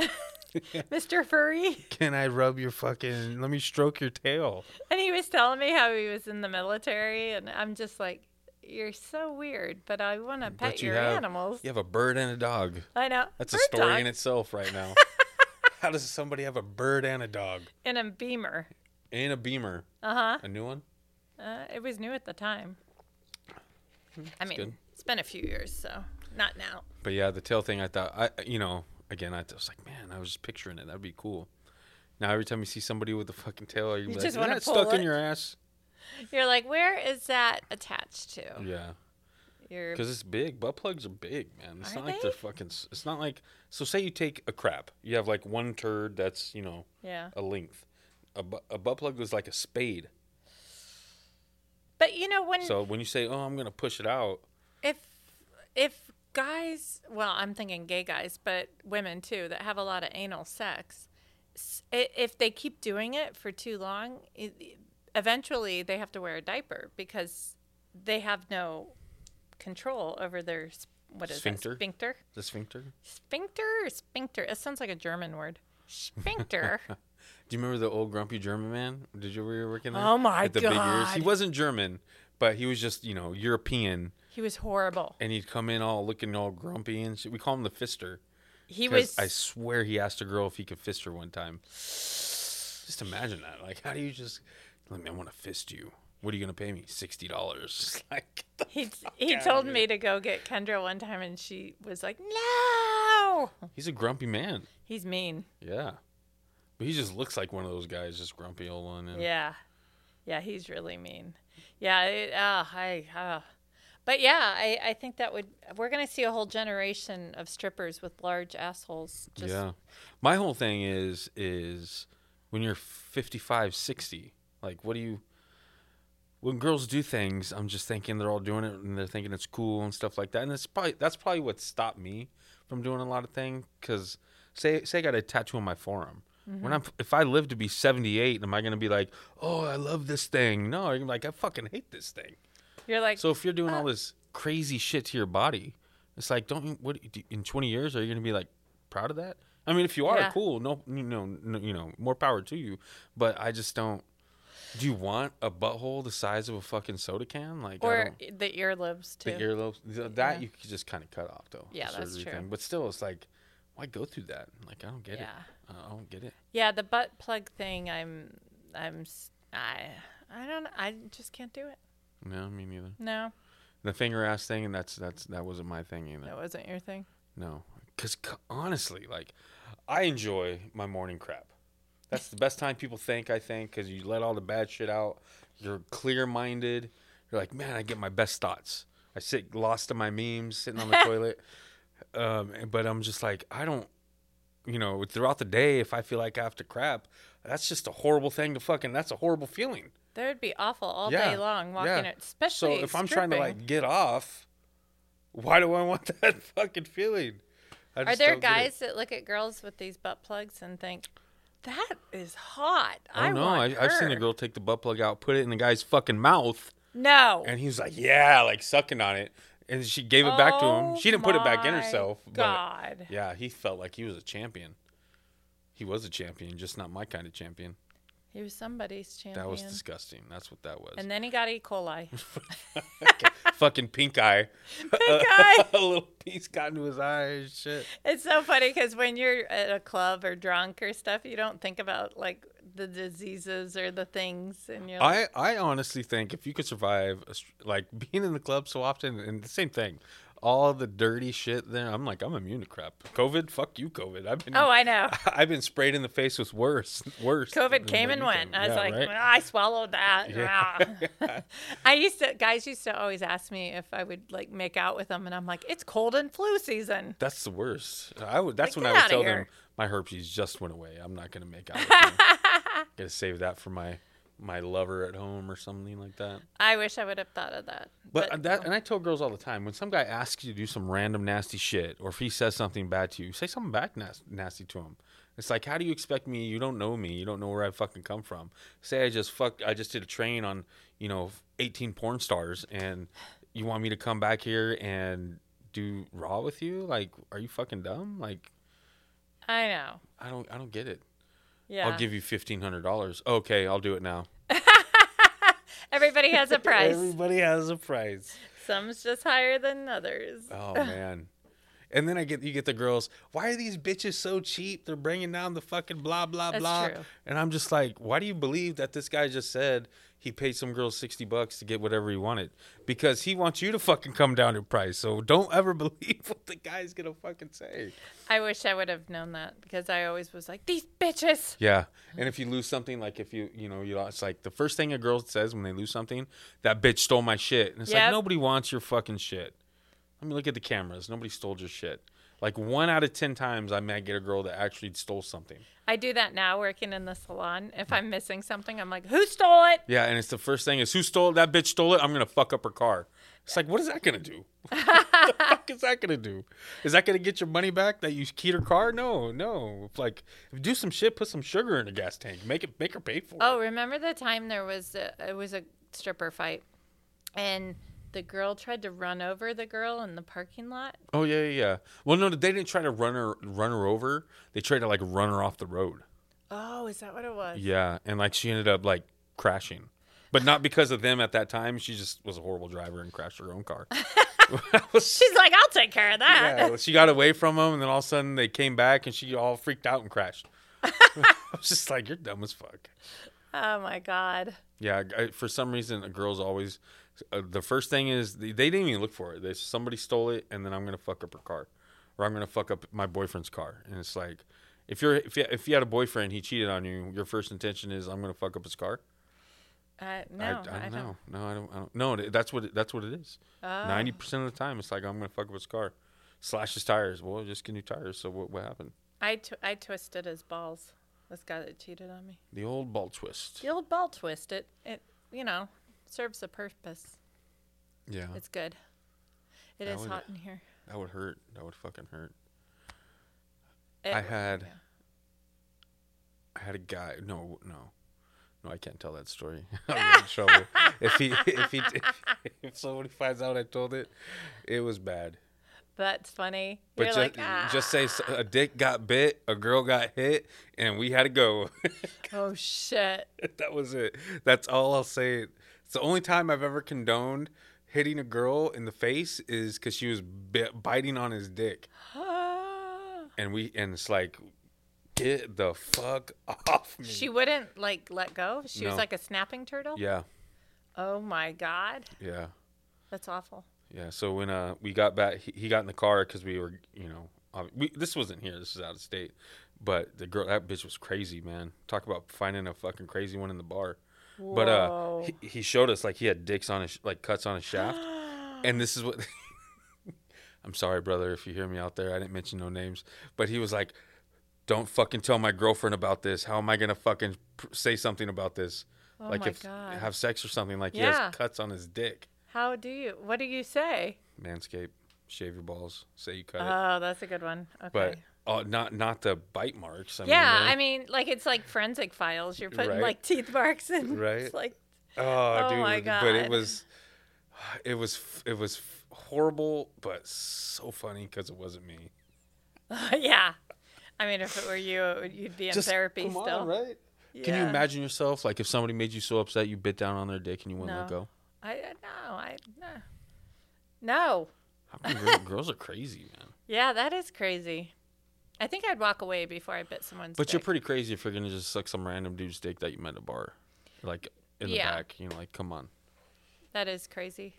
Speaker 2: Mr. Furry.
Speaker 1: Can I rub your fucking? Let me stroke your tail.
Speaker 2: And he was telling me how he was in the military, and I'm just like, "You're so weird," but I want to pet
Speaker 1: you
Speaker 2: your
Speaker 1: have-
Speaker 2: animals.
Speaker 1: You have a bird and a dog.
Speaker 2: I know.
Speaker 1: That's
Speaker 2: Bird
Speaker 1: a story
Speaker 2: dog
Speaker 1: in itself right
Speaker 2: <laughs>
Speaker 1: now. How does somebody have a bird and a dog
Speaker 2: in a Beamer.
Speaker 1: and a beamer?
Speaker 2: Uh-huh.
Speaker 1: A new one?
Speaker 2: Uh It was new at the time. I mean,
Speaker 1: Hmm. good.
Speaker 2: it's been a few years, so not now.
Speaker 1: But yeah, the tail thing, I thought, I you know, again, I was like, man, I was just picturing it. That'd be cool. Now every time you see somebody with a fucking tail, you're
Speaker 2: You
Speaker 1: like,
Speaker 2: just
Speaker 1: just
Speaker 2: wanna
Speaker 1: that
Speaker 2: pull
Speaker 1: stuck in
Speaker 2: it."
Speaker 1: your ass.
Speaker 2: You're like, where is that attached to?
Speaker 1: Yeah,
Speaker 2: Your
Speaker 1: because it's big. Butt plugs are big, man. It's
Speaker 2: Are
Speaker 1: not like they're
Speaker 2: they?
Speaker 1: fucking. s- It's not like so. Say you take a crap. You have like one turd that's you know
Speaker 2: yeah.
Speaker 1: a length. A, bu- a butt plug was like a spade.
Speaker 2: But you know when
Speaker 1: So when you say, oh, I'm gonna push it out,
Speaker 2: if if guys well i'm thinking gay guys but women too that have a lot of anal sex s- i- if they keep doing it for too long i- eventually they have to wear a diaper because they have no control over their s- what is
Speaker 1: Sphincter?
Speaker 2: that sphincter
Speaker 1: the sphincter.
Speaker 2: sphincter or sphincter it sounds like a german word sphincter
Speaker 1: Do you remember the old grumpy German man? Did you ever work in there?
Speaker 2: Oh my
Speaker 1: With the big ears? He
Speaker 2: God.
Speaker 1: wasn't German, but he was just you know European.
Speaker 2: he was horrible
Speaker 1: and he'd come in all looking all grumpy and shit. We call him the fister.
Speaker 2: he
Speaker 1: 'cause
Speaker 2: was
Speaker 1: I swear he asked a girl if he could fist her one time. Just imagine that. Like, how do you just? Let me. I want to fist you. What are you gonna pay me? Sixty dollars. <laughs>
Speaker 2: <laughs>
Speaker 1: Like,
Speaker 2: he, he
Speaker 1: outta
Speaker 2: told
Speaker 1: here.
Speaker 2: me to go get kendra one time and she was like no
Speaker 1: he's a grumpy man.
Speaker 2: he's mean
Speaker 1: Yeah, but he just looks like one of those guys, just grumpy old one. And
Speaker 2: Yeah. Yeah, he's really mean. Yeah, it, uh, I, uh. but yeah, I, I think that would, we're going to see a whole generation of strippers with large assholes. Just,
Speaker 1: yeah. My whole thing is is when you're 55, 60, like what do you when girls do things, I'm just thinking they're all doing it and they're thinking it's cool and stuff like that. And it's probably that's probably what stopped me from doing a lot of things cuz say say I got a tattoo on my forearm. When I'm if I live to be 78, am I going to be like, "Oh, I love this thing." No, I'm like, "I fucking hate this thing."
Speaker 2: You're like,
Speaker 1: So if you're doing all
Speaker 2: Uh,
Speaker 1: this crazy shit to your body, it's like, don't you? What do- in 20 years are you gonna be like proud of that? I mean, if you are,
Speaker 2: Yeah.
Speaker 1: cool. No, you know, no, you know, more power to you. But I just don't. Do you want a butthole the size of a fucking soda can? Like, I
Speaker 2: Or
Speaker 1: don't-
Speaker 2: the earlobes too.
Speaker 1: the earlobes th- that you could just kind of cut off though. the
Speaker 2: Yeah, that's
Speaker 1: surgery
Speaker 2: true.
Speaker 1: But still, it's like, why go through that? Like, I don't get
Speaker 2: Yeah.
Speaker 1: it. I don't get it.
Speaker 2: Yeah, the butt plug thing. I'm, I'm, s- I, I don't. I just can't do it.
Speaker 1: No, me neither.
Speaker 2: No,
Speaker 1: The finger ass thing, and that's that's that wasn't my thing either.
Speaker 2: that wasn't your thing.
Speaker 1: No, because honestly, like, I enjoy my morning crap. That's the best time people think. I think because you let all the bad shit out. You're clear-minded. You're like, man, I get my best thoughts. I sit lost in my memes, sitting
Speaker 2: <laughs>
Speaker 1: on the toilet. Um, and- but I'm just like, I don't. You know, throughout the day, if I feel like I have to crap, that's just a horrible thing to fucking. That's a horrible feeling.
Speaker 2: That would be awful all
Speaker 1: Yeah,
Speaker 2: day long walking
Speaker 1: yeah.
Speaker 2: it, especially
Speaker 1: So if I'm trying to
Speaker 2: stripping.
Speaker 1: like get off, why do I want <laughs> that fucking feeling? I
Speaker 2: Are
Speaker 1: just
Speaker 2: there
Speaker 1: don't get it.
Speaker 2: guys that look at girls with these butt plugs and think that is hot? I,
Speaker 1: Oh no,
Speaker 2: want
Speaker 1: I, I've seen a
Speaker 2: her."
Speaker 1: girl take the butt plug out, put it in the guy's fucking mouth,
Speaker 2: No,
Speaker 1: and he was like, "Yeah," like sucking on it, and she gave it back to him.
Speaker 2: Oh
Speaker 1: She didn't put it back in
Speaker 2: my
Speaker 1: herself.
Speaker 2: God,
Speaker 1: But yeah, he felt like he was a champion. He was a champion, just not my kind of champion.
Speaker 2: he was somebody's champion.
Speaker 1: That was disgusting. That's what that was.
Speaker 2: and then he got E.
Speaker 1: <laughs>
Speaker 2: coli.
Speaker 1: fucking pink eye.
Speaker 2: <laughs> Pink eye.
Speaker 1: <laughs> a little piece got into his eye. and Shit.
Speaker 2: It's so funny because when you're at a club or drunk or stuff, you don't think about like the diseases or the things, and you're like,
Speaker 1: I, I honestly think if you could survive a str- like <laughs> being in the club so often and the same thing all the dirty shit there i'm like i'm immune to crap covid fuck you covid i've been
Speaker 2: "Oh, I know."
Speaker 1: <laughs> i've been sprayed in the face with worse <laughs> worse
Speaker 2: COVID
Speaker 1: than
Speaker 2: came and
Speaker 1: anything.
Speaker 2: went. I was
Speaker 1: Yeah,
Speaker 2: like,
Speaker 1: right?
Speaker 2: "Well, I swallowed that.
Speaker 1: <laughs> Yeah.
Speaker 2: I used to guys used to always ask me if I would like make out with them, and I'm like, "It's cold and flu season."
Speaker 1: that's the worst i would that's
Speaker 2: Like,
Speaker 1: when i
Speaker 2: get
Speaker 1: would
Speaker 2: outta
Speaker 1: tell them
Speaker 2: here.
Speaker 1: my herpes just went away i'm not gonna make out with
Speaker 2: <laughs>
Speaker 1: you. gonna save that for my my lover at home or something like that
Speaker 2: I wish I would have thought of that.
Speaker 1: But, uh, that, and I tell girls all the time, when some guy asks you to do some random nasty shit, or if he says something bad to you, say something back nas- nasty to him. It's like, how do you expect me? You don't know me. You don't know where I fucking come from. Say I just fucked. I just did a train on, you know, eighteen porn stars, and you want me to come back here and do raw with you? Like, are you fucking dumb? Like,
Speaker 2: I know.
Speaker 1: I don't, I don't get it.
Speaker 2: Yeah.
Speaker 1: I'll give you fifteen hundred dollars. Okay, I'll do it now. <laughs>
Speaker 2: Everybody has a price.
Speaker 1: Everybody has a price.
Speaker 2: Some's just higher than others.
Speaker 1: Oh man. And then I get you get the girls. Why are these bitches so cheap? They're bringing down the fucking blah blah
Speaker 2: That's
Speaker 1: blah.
Speaker 2: true.
Speaker 1: And I'm just like, why do you believe that this guy just said he paid some girl sixty bucks to get whatever he wanted? Because he wants you to fucking come down in price. So don't ever <laughs> believe what the guy's gonna fucking say.
Speaker 2: I wish I would have known that because I always was like, "These bitches."
Speaker 1: Yeah. And if you lose something, like if you you know you lost, like the first thing a girl says when they lose something, that bitch stole my shit. And it's like
Speaker 2: Yep.
Speaker 1: nobody wants your fucking shit. Let me look at the cameras. Nobody stole your shit. Like one out of ten times, I might get a girl that actually stole something.
Speaker 2: I do that now working in the salon. If I'm missing something, I'm like, "Who stole it?"
Speaker 1: Yeah, and it's the first thing is who stole it? That bitch stole it. I'm gonna fuck up her car. It's like, what is that gonna do? <laughs> what the fuck is that gonna do? Is that gonna get your money back that you keyed her car? No, no. It's Like, do some shit. Put some sugar in the gas tank. Make it. Make her pay for it.
Speaker 2: Oh, remember the time there was a, it was a stripper fight, and the girl tried to run over the girl in the parking lot.
Speaker 1: Oh yeah, yeah, yeah. Well, no, they didn't try to run her run her over. They tried to like run her off the road.
Speaker 2: Oh, is that what it was?
Speaker 1: Yeah, and like she ended up like crashing, but not because of them at that time. She just was a horrible driver and crashed her own car.
Speaker 2: <laughs>
Speaker 1: <laughs>
Speaker 2: She's like, "I'll take care of that."
Speaker 1: yeah, she got away from them, and then all of a sudden they came back, and she all freaked out and crashed. <laughs> I was just like, "You're dumb as fuck."
Speaker 2: Oh my god.
Speaker 1: Yeah, I, for some reason, the girls always. Uh, the first thing is they, they didn't even look for it. They somebody stole it, and then I'm gonna fuck up her car, or I'm gonna fuck up my boyfriend's car. And it's like, if you're if you, if you had a boyfriend, he cheated on you. Your first intention is I'm gonna fuck up his car.
Speaker 2: Uh, no,
Speaker 1: I, I, don't know. No, I don't. I don't. No, th- that's what it, that's what it is. Ninety percent of the time, it's like I'm gonna fuck up his car, slash his tires. Well, just get new tires. So what what happened?
Speaker 2: I, tw- I twisted his balls. This guy that cheated on me.
Speaker 1: The old ball twist.
Speaker 2: The old ball twist. It it you know serves a purpose.
Speaker 1: Yeah,
Speaker 2: It's good. It
Speaker 1: That
Speaker 2: is
Speaker 1: would-
Speaker 2: hot in here.
Speaker 1: that would hurt. That would fucking hurt.
Speaker 2: It-
Speaker 1: I had I had a guy. No, no, no. I can't tell that story. <laughs>
Speaker 2: <laughs>
Speaker 1: I'm in trouble. <laughs> If he, if he, if, if somebody finds out I told it, it was bad.
Speaker 2: that's funny.
Speaker 1: But
Speaker 2: You're
Speaker 1: just,
Speaker 2: like, ah,
Speaker 1: just say s- a dick got bit, a girl got hit, and we had to go. <laughs>
Speaker 2: oh <gasps> shit.
Speaker 1: that was it. That's all I'll say. It's the only time I've ever condoned hitting a girl in the face is because she was bit, biting on his dick,
Speaker 2: Ah.
Speaker 1: and we and it's like, get the fuck <laughs> off me.
Speaker 2: she wouldn't like let go. She
Speaker 1: Mm. No.
Speaker 2: was like a snapping turtle.
Speaker 1: yeah,
Speaker 2: Oh my god,
Speaker 1: yeah.
Speaker 2: that's awful.
Speaker 1: Yeah. So when uh we got back, he, he got in the car because we were, you know, ob- we, this wasn't here. This is out of state. But the girl, that bitch was crazy, man. Talk about finding a fucking crazy one in the bar. But uh,
Speaker 2: Whoa.
Speaker 1: he, he showed us like he had dicks on his sh- like cuts on his shaft,
Speaker 2: <gasps>
Speaker 1: and this is what. <laughs> I'm sorry, brother, if you hear me out there. I didn't mention no names, but he was like, "Don't fucking tell my girlfriend about this. How am I gonna fucking pr- say something about this?
Speaker 2: Oh
Speaker 1: like
Speaker 2: my
Speaker 1: if
Speaker 2: God.
Speaker 1: have sex or something? Like he
Speaker 2: Yeah.
Speaker 1: has cuts on his dick."
Speaker 2: How do you? What do you say?
Speaker 1: Manscape, shave your balls, say you cut it,
Speaker 2: Oh, that's a good one. Okay.
Speaker 1: but uh, not not the bite marks. I
Speaker 2: yeah, I
Speaker 1: mean,
Speaker 2: mean, like it's like forensic files. You're putting
Speaker 1: Right.
Speaker 2: like teeth marks <laughs> and
Speaker 1: Right.
Speaker 2: it's like
Speaker 1: I mean, oh,
Speaker 2: oh
Speaker 1: dude,
Speaker 2: my
Speaker 1: but it
Speaker 2: God.
Speaker 1: was, it was, f- it was f- horrible, but so funny because it wasn't me.
Speaker 2: yeah. I mean, if it were you, it would- you'd be in therapy
Speaker 1: come on,
Speaker 2: still.
Speaker 1: right? Can you
Speaker 2: Yeah.
Speaker 1: imagine yourself like if somebody made you so upset you bit down on their dick and you wouldn't let
Speaker 2: No.
Speaker 1: go?
Speaker 2: I I- no, I no. no.
Speaker 1: How come
Speaker 2: <laughs>
Speaker 1: girl, girls are crazy, man?
Speaker 2: Yeah, that is crazy. I think I'd walk away before I bit someone's.
Speaker 1: But you're
Speaker 2: dick.
Speaker 1: pretty crazy if you're gonna just suck some random dude's dick that you met at a bar, like in the
Speaker 2: Yeah.
Speaker 1: back. You know, like come on.
Speaker 2: that is crazy.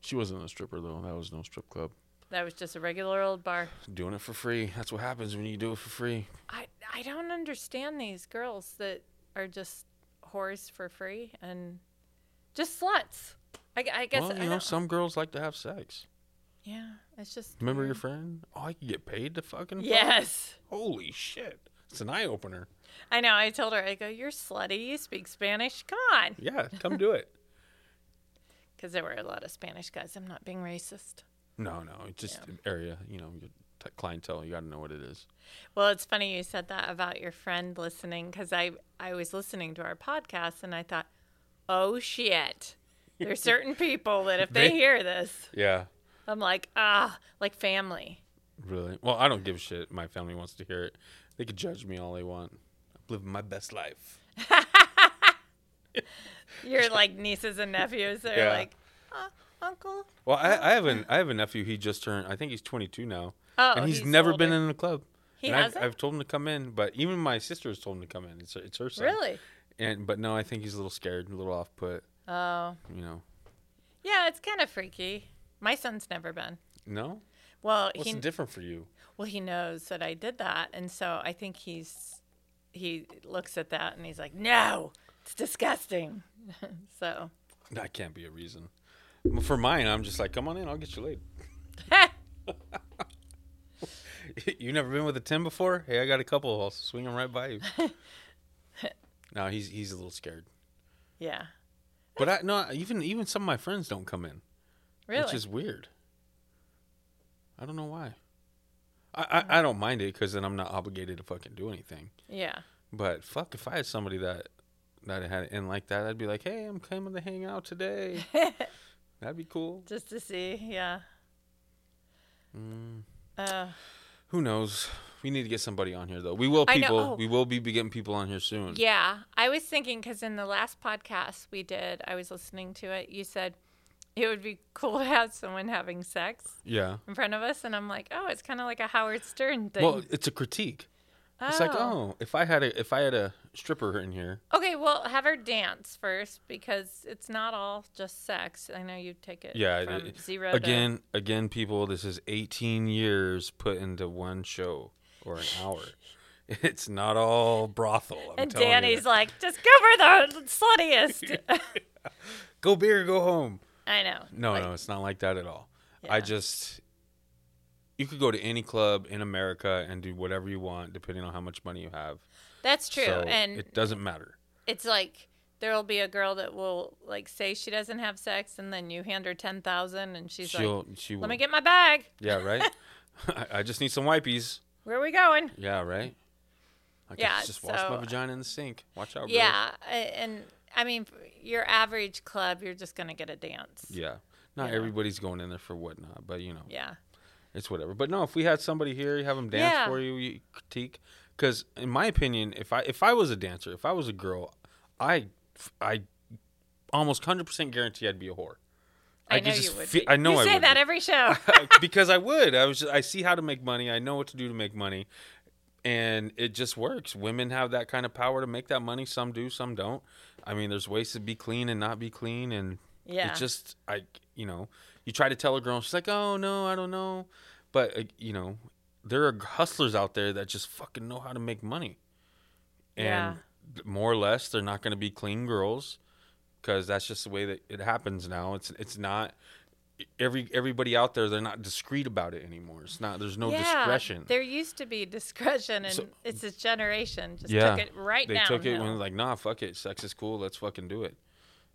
Speaker 1: She wasn't a stripper though. That was no strip club.
Speaker 2: That was just a regular old bar.
Speaker 1: Doing it for free. That's what happens when you do it for free.
Speaker 2: I I don't understand these girls that are just whores for free and just sluts. I, I guess
Speaker 1: well,
Speaker 2: I
Speaker 1: you know,
Speaker 2: don't-
Speaker 1: some girls like to have sex.
Speaker 2: yeah, it's just
Speaker 1: <laughs>
Speaker 2: <laughs>
Speaker 1: Remember your friend? Oh, I can get paid to fucking. fuck?
Speaker 2: Yes.
Speaker 1: Holy shit! It's an eye opener.
Speaker 2: I know. I told her, I go, you're slutty. You speak Spanish. Come on.
Speaker 1: Yeah, come do
Speaker 2: <laughs>
Speaker 1: it.
Speaker 2: Because there were a lot of Spanish guys. I'm not being racist.
Speaker 1: No, no, it's just an area. You know, your t- clientele. You got to know what it is.
Speaker 2: Well, it's funny you said that about your friend listening because I, I was listening to our podcast and I thought, oh shit. There's certain people that if they
Speaker 1: They-
Speaker 2: hear this,
Speaker 1: Yeah,
Speaker 2: I'm like, ah, like family.
Speaker 1: really. Well, I don't give a shit. My family wants to hear it. They could judge me all they want. I'm living my best life.
Speaker 2: Your like nieces and nephews that are
Speaker 1: Yeah.
Speaker 2: like, uh, uncle.
Speaker 1: Well, I, I have an I have a nephew. He just turned. I think he's 22 now.
Speaker 2: Oh,
Speaker 1: and he's,
Speaker 2: he's
Speaker 1: never been
Speaker 2: older.
Speaker 1: in a club.
Speaker 2: He
Speaker 1: and I've,
Speaker 2: hasn't?
Speaker 1: I've told him to come in, but even my sister has told him to come in. It's it's her son.
Speaker 2: Really?
Speaker 1: And but no, I think he's a little scared, a little off put.
Speaker 2: Oh,
Speaker 1: You know,
Speaker 2: yeah. It's kind of freaky. My son's never been.
Speaker 1: no.
Speaker 2: Well,
Speaker 1: What's
Speaker 2: he
Speaker 1: different for you?
Speaker 2: Well, he knows that I did that, and so I think he's he looks at that and he's like, "No, it's disgusting." <laughs> so, <laughs>
Speaker 1: That can't be a reason. M- For mine, I'm just like, come on in, I'll get you laid. <laughs> you never been with a ten before? Hey, I got a couple. I'll swing them right
Speaker 2: <laughs>
Speaker 1: by you. no, he's he's a little scared.
Speaker 2: yeah,
Speaker 1: But I no, even even some of my friends don't come in,
Speaker 2: really.
Speaker 1: which is weird. I don't know why. I I, I don't mind it because then I'm not obligated to fucking do anything.
Speaker 2: yeah,
Speaker 1: But fuck, if I had somebody that that had it in like that, I'd be like, hey, I'm coming to hang out
Speaker 2: <laughs>
Speaker 1: today. That'd be cool.
Speaker 2: just to see. Yeah.
Speaker 1: Mm.
Speaker 2: Uh,
Speaker 1: Who knows? We need to get somebody on here though. We will
Speaker 2: I know-
Speaker 1: people.
Speaker 2: oh.
Speaker 1: We will be be getting people on here soon.
Speaker 2: yeah, I was thinking because in the last podcast we did, I was listening to it. You said it would be <laughs> cool to have someone having sex
Speaker 1: Yeah.
Speaker 2: in front of us, and I'm like, oh, it's kind of like a Howard Stern thing.
Speaker 1: Well, it's a critique. It's like, oh, if I had a if I had a stripper in here,
Speaker 2: Okay, well, have her dance first because it's not all just sex. I know you take it
Speaker 1: yeah.
Speaker 2: from
Speaker 1: it-
Speaker 2: zero
Speaker 1: again, again, people, this is 18 years put into one show or
Speaker 2: <laughs>
Speaker 1: an hour. It's not all brothel. I'm
Speaker 2: to, and
Speaker 1: telling you.
Speaker 2: Danny's like, just go for the sluttiest.
Speaker 1: <laughs>
Speaker 2: <laughs>
Speaker 1: go beer, go home.
Speaker 2: I know.
Speaker 1: No,
Speaker 2: Like,
Speaker 1: no, it's not like that at all. I
Speaker 2: Yeah.
Speaker 1: just you could go to any club in America and do whatever you want, depending on how much money you have.
Speaker 2: that's true.
Speaker 1: So
Speaker 2: and
Speaker 1: it doesn't matter.
Speaker 2: it's like there'll be a girl that will like say she doesn't have sex, and then you hand her ten thousand, and she's like,
Speaker 1: She'll she will.
Speaker 2: "Let me get my bag.
Speaker 1: yeah,
Speaker 2: <laughs>
Speaker 1: right. <laughs> I, I just need some wipies.
Speaker 2: Where are we going?"
Speaker 1: Yeah, right. I could
Speaker 2: Yeah,
Speaker 1: just wash
Speaker 2: so-
Speaker 1: my vagina in the sink. Watch out, girls.
Speaker 2: Yeah, a- and I mean, your average club, you're just gonna get a dance.
Speaker 1: Yeah. Not
Speaker 2: Yeah.
Speaker 1: everybody's going in there for whatnot, but you know,
Speaker 2: Yeah.
Speaker 1: it's whatever. But no, if we had somebody here, you have them dance
Speaker 2: Yeah.
Speaker 1: for you, you critique. Because in my opinion, if I if I was a dancer, if I was a girl, I I almost hundred percent guarantee I'd be a whore.
Speaker 2: I,
Speaker 1: could
Speaker 2: know
Speaker 1: just
Speaker 2: you would.
Speaker 1: fe-
Speaker 2: be.
Speaker 1: I know
Speaker 2: you
Speaker 1: I
Speaker 2: say
Speaker 1: would
Speaker 2: that
Speaker 1: be.
Speaker 2: every
Speaker 1: <laughs>
Speaker 2: show.
Speaker 1: because I would. I was. Just, I see how to make money. I know what to do to make money, and it just works. Women have that kind of power to make that money. Some do, some don't. I mean, there's ways to be clean and not be clean, and
Speaker 2: Yeah.
Speaker 1: it's just I, you know, you try to tell a girl, and she's like, "Oh no, I don't know," but uh, you know, there are hustlers out there that just fucking know how to make money, and
Speaker 2: Yeah.
Speaker 1: more or less, they're not going to be clean girls because that's just the way that it happens now. It's it's not every everybody out there they're not discreet about it anymore. It's not there's no
Speaker 2: yeah,
Speaker 1: discretion.
Speaker 2: There used to be discretion, and
Speaker 1: So-
Speaker 2: it's this generation just
Speaker 1: Yeah.
Speaker 2: took it right
Speaker 1: they
Speaker 2: down.
Speaker 1: took it when like nah fuck it sex is cool let's fucking do it,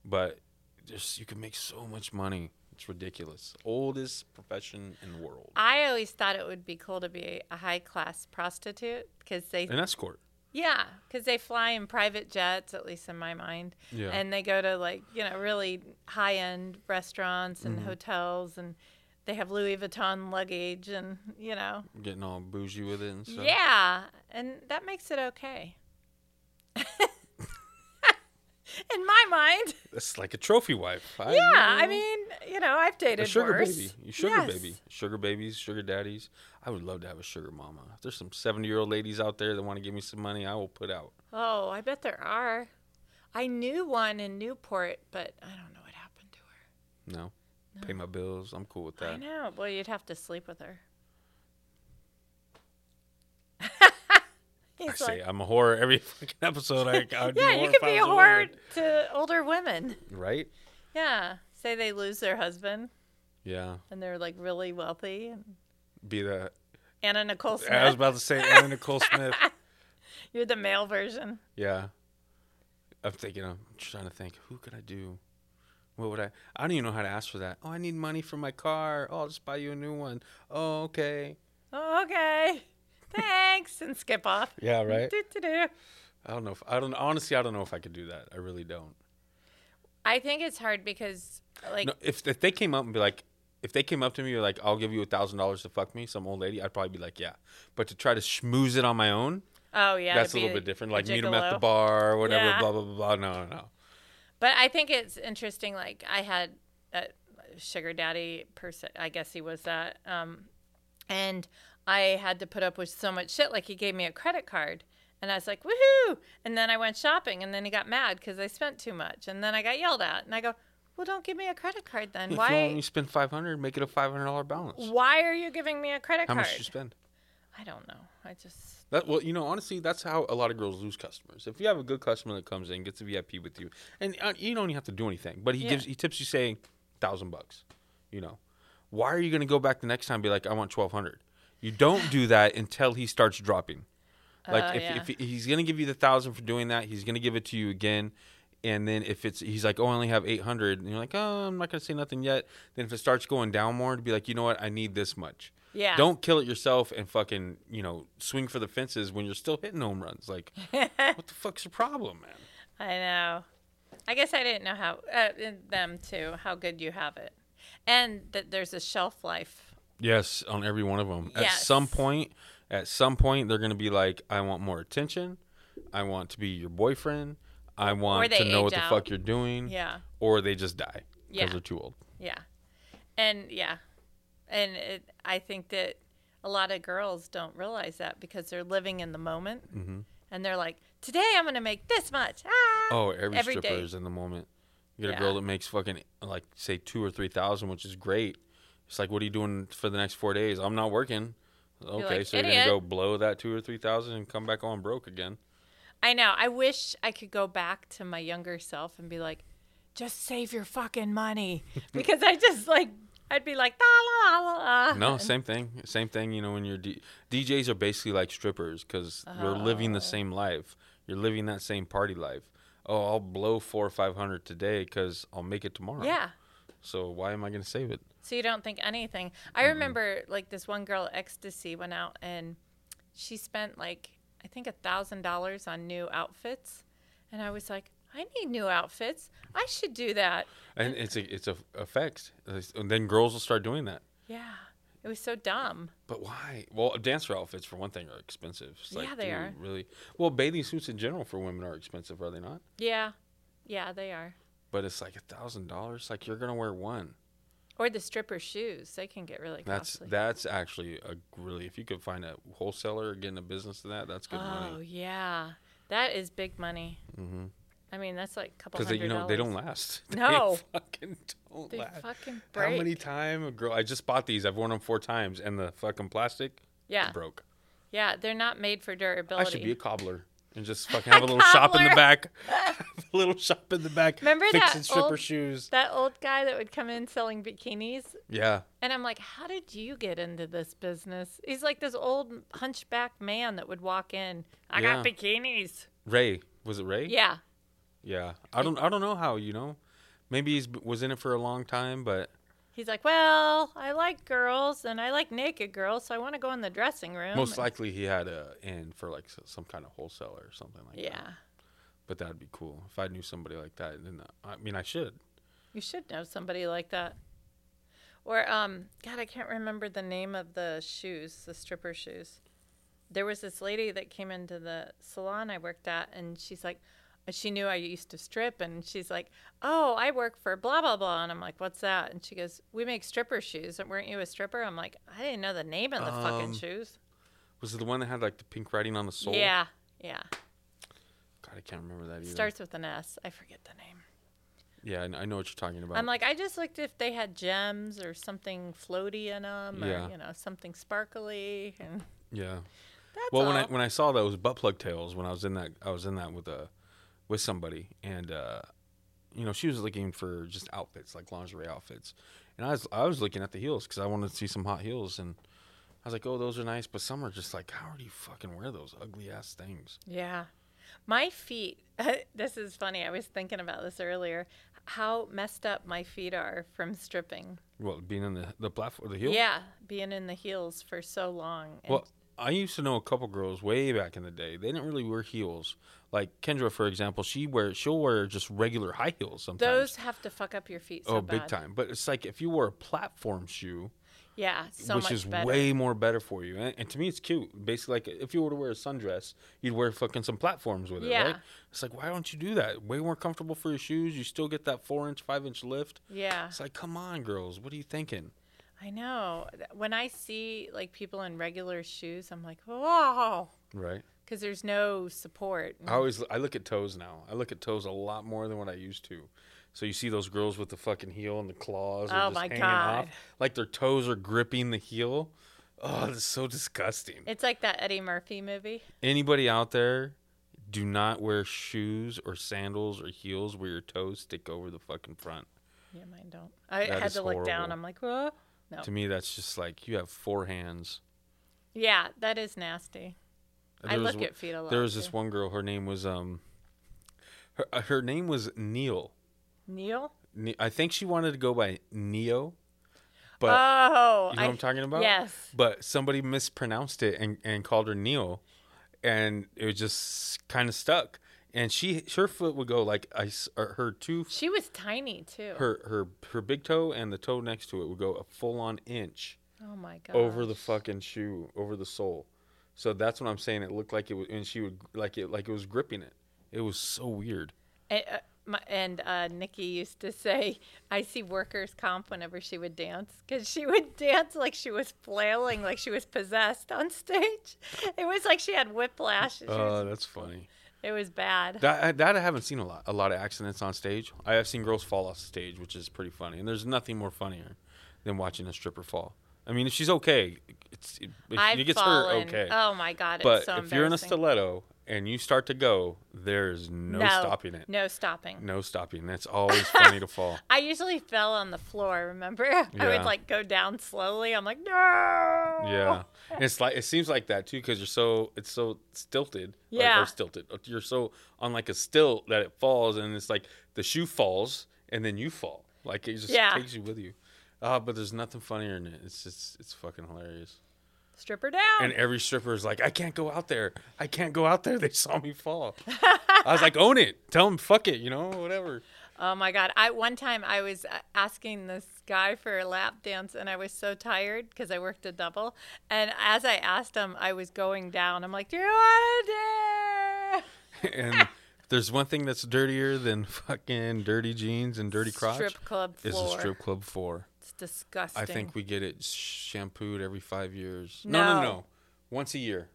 Speaker 1: but there's you can make so much money it's ridiculous oldest profession in the world
Speaker 2: I always thought it would be cool to be a high class prostitute because they
Speaker 1: an escort
Speaker 2: Yeah, because they fly in private jets, at least in my mind.
Speaker 1: Yeah.
Speaker 2: And they go to like, you know, really high end restaurants
Speaker 1: Mm-hmm.
Speaker 2: and hotels and they have Louis Vuitton luggage and, you know.
Speaker 1: getting all bougie with it and stuff.
Speaker 2: Yeah. And that makes it okay. <laughs> in my
Speaker 1: <laughs>
Speaker 2: mind.
Speaker 1: That's like a trophy wife. I,
Speaker 2: Yeah. I mean, you know, I've dated
Speaker 1: Mm-hmm. a sugar
Speaker 2: worse.
Speaker 1: baby. You sugar
Speaker 2: Yes.
Speaker 1: baby. Sugar babies, sugar daddies. I would love to have a sugar mama. If there's some 70 year old ladies out there that want to give me some money, I will put out.
Speaker 2: Oh, I bet there are. I knew one in Newport, but I don't know what happened to her.
Speaker 1: No. Pay my bills. I'm cool with
Speaker 2: I
Speaker 1: that.
Speaker 2: know. Well, you'd have to sleep with her. <laughs>
Speaker 1: I,
Speaker 2: He's
Speaker 1: say
Speaker 2: like,
Speaker 1: I'm a whore every <laughs> fucking episode. I, I would
Speaker 2: yeah,
Speaker 1: be
Speaker 2: you
Speaker 1: whore
Speaker 2: could
Speaker 1: if I
Speaker 2: be a
Speaker 1: was
Speaker 2: whore to older women.
Speaker 1: Right?
Speaker 2: Yeah. Say they lose their husband
Speaker 1: Yeah.
Speaker 2: and they're like really wealthy. And
Speaker 1: Be the.
Speaker 2: Anna Nicole Smith,
Speaker 1: I was about to say Anna
Speaker 2: <laughs>
Speaker 1: Nicole Smith.
Speaker 2: you're the male version.
Speaker 1: Yeah. I'm thinking, I'm trying to think, who could I do? What would I? I don't even know how to ask for that. Oh, I need money for my car. Oh, I'll just buy you a new one. Oh, okay.
Speaker 2: Oh, okay. Thanks. And skip off.
Speaker 1: Yeah, right.
Speaker 2: Do-do-do.
Speaker 1: I don't know if I don't honestly I don't know if I could do that. I really don't.
Speaker 2: I think it's hard because, like,
Speaker 1: No, if if they came up and be like if they came up to me you're like I'll give you a thousand dollars to fuck me, some old lady, I'd probably be like, Yeah. But to try to schmooze it on my own,
Speaker 2: oh, yeah.
Speaker 1: that's
Speaker 2: to
Speaker 1: a
Speaker 2: be
Speaker 1: little bit different. Like meet them at the
Speaker 2: gigolo.
Speaker 1: bar or whatever,
Speaker 2: Yeah.
Speaker 1: blah blah blah blah. No, no, no.
Speaker 2: But I think it's interesting. Like I had a sugar daddy person. I guess he was that. Um, and I had to put up with so much shit. Like he gave me a credit card, and I was like, "Woohoo!" And then I went shopping, and then he got mad because I spent too much, and then I got yelled at. And I go, "Well, don't give me a credit card then.
Speaker 1: If you only
Speaker 2: Why?
Speaker 1: spend five hundred, make it a five hundred dollar balance.
Speaker 2: Why are you giving me a credit
Speaker 1: How
Speaker 2: card?
Speaker 1: much did you spend?
Speaker 2: I don't know. I just
Speaker 1: That well, you know, honestly, that's how a lot of girls lose customers. If you have a good customer that comes in, gets a VIP with you, and uh, you don't even have to do anything, but he
Speaker 2: Yeah.
Speaker 1: gives he tips you say thousand bucks, you know, why are you going to go back the next time and be like, I want twelve hundred? You don't do
Speaker 2: <laughs>
Speaker 1: that until he starts dropping. Like
Speaker 2: Oh,
Speaker 1: if,
Speaker 2: yeah.
Speaker 1: if he's going to give you the thousand for doing that, he's going to give it to you again. And then if it's he's like, oh, I only have eight hundred, and you're like, oh, I'm not going to say nothing yet. Then if it starts going down more, to be like, you know what, I need this much.
Speaker 2: yeah.
Speaker 1: Don't kill it yourself and fucking, you know, swing for the fences when you're still hitting home runs.
Speaker 2: <laughs>
Speaker 1: Like, what the fuck's your problem, man?
Speaker 2: I know. I guess I didn't know how uh, them too. How good you have it, and that there's a shelf life
Speaker 1: Yes, on every one of them. At
Speaker 2: Yes.
Speaker 1: some point, at some point, they're going to be like, I want more attention. I want to be your boyfriend. I want
Speaker 2: they
Speaker 1: to know what
Speaker 2: age
Speaker 1: the
Speaker 2: out.
Speaker 1: fuck you're doing.
Speaker 2: Yeah,
Speaker 1: Or they just die because
Speaker 2: Yeah.
Speaker 1: they're too old.
Speaker 2: yeah, and yeah, and it, I think that a lot of girls don't realize that because they're living in the moment,
Speaker 1: Mm-hmm.
Speaker 2: and they're like, "Today I'm gonna make this much." Ah! <laughs>
Speaker 1: Oh, every,
Speaker 2: Every
Speaker 1: stripper
Speaker 2: day.
Speaker 1: is in the moment. You get
Speaker 2: Yeah.
Speaker 1: a girl that makes fucking like say two or three thousand, which is great. It's like, what are you doing for the next four days? I'm not working. Okay,
Speaker 2: like,
Speaker 1: so you're gonna
Speaker 2: "Idiot."
Speaker 1: go blow that two or three thousand and come back on broke again.
Speaker 2: I know. I wish I could go back to my younger self and be like, "Just save your fucking money," <laughs> because I just like I'd be like, "La la la la."
Speaker 1: No, same thing. Same thing. You know, when you're D- DJs are basically like strippers because we're living
Speaker 2: Oh.
Speaker 1: the same life. You're living that same party life. Oh, I'll blow four or five hundred today because I'll make it tomorrow.
Speaker 2: Yeah.
Speaker 1: So why am I gonna save it?
Speaker 2: So you don't think anything.
Speaker 1: Mm-hmm.
Speaker 2: I remember like this one girl, Ecstasy, went out and she spent like I think a thousand dollars on new outfits, and I was like, I need new outfits. I should do that.
Speaker 1: And it's a it's a effect. And then girls will start doing that.
Speaker 2: Yeah. It was so dumb.
Speaker 1: But why? Well, dancer outfits for one thing are expensive. It's like,
Speaker 2: Yeah, they
Speaker 1: dude,
Speaker 2: are.
Speaker 1: Really? Well, bathing suits in general for women are expensive, are they not?
Speaker 2: Yeah. Yeah, they are.
Speaker 1: But it's like a thousand dollars. Like you're gonna wear one.
Speaker 2: Or the stripper shoes. They can get really
Speaker 1: That's
Speaker 2: costly.
Speaker 1: that's actually a really if you could find a wholesaler or get in a business to that, that's good
Speaker 2: oh,
Speaker 1: money.
Speaker 2: yeah. That is big money.
Speaker 1: Mhm.
Speaker 2: I mean, that's like a couple
Speaker 1: Because
Speaker 2: hundred
Speaker 1: they you know they don't
Speaker 2: dollars.
Speaker 1: last. <laughs>
Speaker 2: No.
Speaker 1: They fucking don't
Speaker 2: They
Speaker 1: last.
Speaker 2: fucking break.
Speaker 1: How many time a girl? I just bought these. I've worn them four times, and the fucking plastic
Speaker 2: Yeah.
Speaker 1: broke.
Speaker 2: Yeah, they're not made for durability.
Speaker 1: I should be a cobbler and
Speaker 2: <laughs>
Speaker 1: just fucking have a little shop in the
Speaker 2: Cobbler.
Speaker 1: back. <laughs> Have a little shop in the back.
Speaker 2: Remember that
Speaker 1: fixing stripper
Speaker 2: old-
Speaker 1: shoes.
Speaker 2: that old guy that would come in selling bikinis
Speaker 1: Yeah.
Speaker 2: and i'm like how did you get into this business he's like this old hunchback man that would walk in i got
Speaker 1: Yeah.
Speaker 2: bikinis
Speaker 1: Ray was it Ray?
Speaker 2: yeah
Speaker 1: Yeah. I don't. I don't know how. You know, maybe he's was in it for a long time, but
Speaker 2: he's like well i like girls and i like naked girls so i want to go in the dressing room
Speaker 1: most
Speaker 2: And-
Speaker 1: likely he had a in for like s- some kind of wholesaler or something like that.
Speaker 2: yeah
Speaker 1: But that'd be cool if I knew somebody like that. And then uh, I mean, I should.
Speaker 2: you should know somebody like that or um god i can't remember the name of the shoes the stripper shoes there was this lady that came into the salon i worked at and she's like uh, she knew i used to strip and she's like oh i work for blah blah blah and i'm like what's that and she goes we make stripper shoes and weren't you a stripper i'm like i didn't know the name of the fucking
Speaker 1: Um,
Speaker 2: shoes
Speaker 1: Was it the one that had like the pink writing on the sole?
Speaker 2: yeah yeah
Speaker 1: God, I can't remember that either.
Speaker 2: starts with an s i forget the name
Speaker 1: Yeah, I kn- I know what you're talking about.
Speaker 2: I'm like, I just looked if they had gems or something floaty in them,
Speaker 1: Yeah.
Speaker 2: or you know, something sparkly, and
Speaker 1: yeah.
Speaker 2: that's
Speaker 1: well,
Speaker 2: all.
Speaker 1: when I when I saw those butt plug tails, when I was in that, I was in that with a with somebody, and uh, you know, she was looking for just outfits like lingerie outfits, and I was I was looking at the heels because I wanted to see some hot heels, and I was like, oh, those are nice, but some are just like, how do you fucking wear those ugly ass things?
Speaker 2: yeah, my feet. <laughs> this is funny. I was thinking about this earlier. How messed up my feet are from stripping.
Speaker 1: Well, being in the the platform, the heel.
Speaker 2: Yeah, being in the heels for so long. And
Speaker 1: Well, I used to know a couple girls way back in the day. They didn't really wear heels. Like Kendra, for example, she wear she'll wear just regular high heels sometimes.
Speaker 2: those have to fuck up your feet. So
Speaker 1: oh, big
Speaker 2: bad.
Speaker 1: time. But it's like if you wore a platform shoe,
Speaker 2: Yeah, so
Speaker 1: which
Speaker 2: much
Speaker 1: is
Speaker 2: better.
Speaker 1: way more better for you. And, and to me, it's cute. Basically, like if you were to wear a sundress, you'd wear fucking some platforms with it, right?
Speaker 2: Yeah.
Speaker 1: It's like, why don't you do that? Way more comfortable for your shoes. You still get that four inch, five inch lift.
Speaker 2: yeah,
Speaker 1: It's like, come on, girls, what are you thinking?
Speaker 2: I know. When I see like people in regular shoes, I'm like, whoa,
Speaker 1: Right.
Speaker 2: because there's no support.
Speaker 1: I always I look at toes now. I look at toes a lot more than what I used to. So you see those girls with the fucking heel and the claws are
Speaker 2: Oh,
Speaker 1: just
Speaker 2: my
Speaker 1: hanging
Speaker 2: God.
Speaker 1: off, like their toes are gripping the heel. Oh, that's so disgusting.
Speaker 2: It's like that Eddie Murphy movie.
Speaker 1: anybody out there do not wear shoes or sandals or heels where your toes stick over the fucking front
Speaker 2: Yeah, mine don't. I
Speaker 1: That
Speaker 2: had
Speaker 1: is
Speaker 2: to look down.
Speaker 1: horrible.
Speaker 2: I'm like, whoa. No.
Speaker 1: to me that's just like you have four hands
Speaker 2: Yeah, that is nasty. I
Speaker 1: There was
Speaker 2: look
Speaker 1: one-
Speaker 2: at feet a lot.
Speaker 1: there was this
Speaker 2: too.
Speaker 1: one girl her name was um her, uh, her name was neil
Speaker 2: Neil.
Speaker 1: Ne- i think she wanted to go by neo but
Speaker 2: oh,
Speaker 1: you know
Speaker 2: I,
Speaker 1: what i'm talking about
Speaker 2: yes.
Speaker 1: but somebody mispronounced it and, and called her neil and it was just kind of stuck and she her foot would go like i s- or her two
Speaker 2: she was tiny too.
Speaker 1: her her her big toe and the toe next to it would go a full on inch
Speaker 2: oh my god.
Speaker 1: over the fucking shoe, over the sole. So that's what I'm saying. It looked like it was, and she would like it, like it was gripping it. It was so weird.
Speaker 2: And, uh, my, and uh, Nikki used to say, "I see workers' comp whenever she would dance because she would <laughs> dance like she was flailing, like she was possessed on stage. It was like she had whiplash. She
Speaker 1: Uh,
Speaker 2: was-
Speaker 1: that's funny.
Speaker 2: it was bad.
Speaker 1: That I- that I haven't seen a lot, a lot of accidents on stage. I have seen girls fall off stage, which is pretty funny. And there's nothing more funnier than watching a stripper fall. I mean, if she's okay, it's if
Speaker 2: I've
Speaker 1: she gets
Speaker 2: fallen.
Speaker 1: hurt, okay.
Speaker 2: Oh my god, it's
Speaker 1: but
Speaker 2: so
Speaker 1: if you're in a
Speaker 2: embarrassing.
Speaker 1: stiletto and you start to go, there's no stopping it.
Speaker 2: No stopping.
Speaker 1: No stopping. That's always funny to
Speaker 2: <laughs>
Speaker 1: fall.
Speaker 2: I usually fell on the floor, remember? <laughs> I
Speaker 1: Yeah.
Speaker 2: would like go down slowly. I'm like, no.
Speaker 1: Yeah, and it's like it seems like that too because you're so it's so stilted. like,
Speaker 2: Yeah.
Speaker 1: or stilted. You're so on like a stilt that it falls, and it's like the shoe falls, and then you fall. Like it just
Speaker 2: Yeah.
Speaker 1: takes you with you. Uh, but there's nothing funnier in it. It's just it's fucking hilarious.
Speaker 2: Stripper down.
Speaker 1: And every stripper is like, I can't go out there.
Speaker 2: <laughs>
Speaker 1: I can't go out there. They saw me fall. I was like, own it. Tell them fuck it. You know, whatever.
Speaker 2: Oh my god! I one time I was uh, asking this guy for a lap dance, and I was so tired because I worked a double. And as I asked him, I was going down. I'm like, "Do you want to do?"
Speaker 1: <laughs> and there's one thing that's dirtier than fucking dirty jeans and dirty crotch.
Speaker 2: Strip club
Speaker 1: is
Speaker 2: floor.
Speaker 1: a strip club floor.
Speaker 2: It's disgusting.
Speaker 1: I think we get it shampooed every five years. No, no,
Speaker 2: No.
Speaker 1: no. Once a year.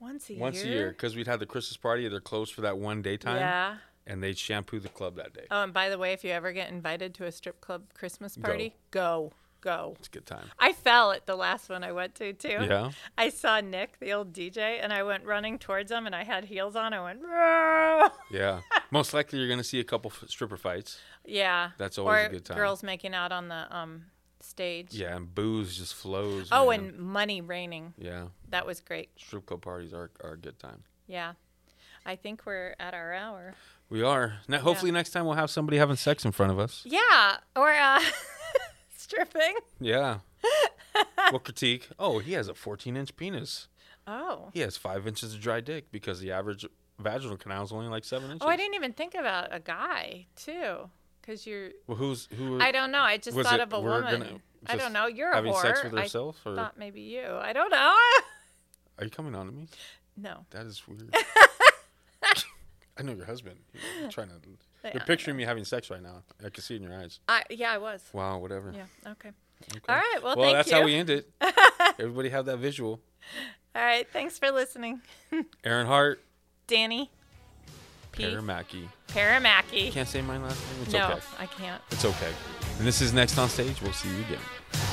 Speaker 2: once a
Speaker 1: Once
Speaker 2: year.
Speaker 1: a year. Because we'd had the Christmas party. They're closed for that one day time.
Speaker 2: Yeah.
Speaker 1: And they'd shampoo the club that day.
Speaker 2: Oh, and by the way, if you ever get invited to a strip club Christmas party, go, go.
Speaker 1: It's a good time.
Speaker 2: I fell at the last one I went to too.
Speaker 1: Yeah.
Speaker 2: I saw Nick, the old DJ, and I went running towards him, and I had heels on. I went, "Roar." <laughs>
Speaker 1: Yeah. Most likely you're going to see a couple f- stripper fights.
Speaker 2: yeah.
Speaker 1: That's always
Speaker 2: or
Speaker 1: a good time.
Speaker 2: Girls making out on the um stage.
Speaker 1: Yeah. And booze just flows.
Speaker 2: Oh,
Speaker 1: man.
Speaker 2: and money raining.
Speaker 1: Yeah.
Speaker 2: That was great.
Speaker 1: Strip club parties are, are a good time.
Speaker 2: Yeah. I think we're at our hour.
Speaker 1: We are. Now, hopefully, next time we'll have somebody having sex in front of us.
Speaker 2: Yeah. Or uh, <laughs> stripping. <laughs>
Speaker 1: Yeah. we'll critique. Oh, he has a 14 inch penis.
Speaker 2: Oh.
Speaker 1: He has five inches of dry dick because the average vaginal canal is only like seven inches.
Speaker 2: Oh, I didn't even think about a guy too, because you're.
Speaker 1: Well, who's who?
Speaker 2: I don't know. I just
Speaker 1: was
Speaker 2: thought
Speaker 1: it
Speaker 2: of a
Speaker 1: we're
Speaker 2: woman.
Speaker 1: gonna
Speaker 2: I
Speaker 1: just
Speaker 2: don't know. You're a
Speaker 1: having
Speaker 2: whore.
Speaker 1: sex with
Speaker 2: I
Speaker 1: herself, or
Speaker 2: thought maybe you. I don't know. <laughs>
Speaker 1: are you coming on to me?
Speaker 2: no.
Speaker 1: That is
Speaker 2: <laughs>
Speaker 1: weird. <laughs> I know your husband. You're trying to.
Speaker 2: Yeah,
Speaker 1: You're
Speaker 2: I
Speaker 1: picturing me having sex right now. I can see it in your eyes.
Speaker 2: I yeah, I was.
Speaker 1: Wow. Whatever.
Speaker 2: Yeah. Okay.
Speaker 1: Okay.
Speaker 2: All right. Well,
Speaker 1: Well,
Speaker 2: thank
Speaker 1: that's
Speaker 2: you.
Speaker 1: how we end
Speaker 2: <laughs>
Speaker 1: it. Everybody have that visual.
Speaker 2: All right. Thanks for listening,
Speaker 1: Aaron Hart,
Speaker 2: Danny. P.
Speaker 1: Paramaki.
Speaker 2: Paramaki.
Speaker 1: Can't say my last name. It's
Speaker 2: no,
Speaker 1: okay.
Speaker 2: I can't.
Speaker 1: It's okay. And this is next on stage. We'll see you again.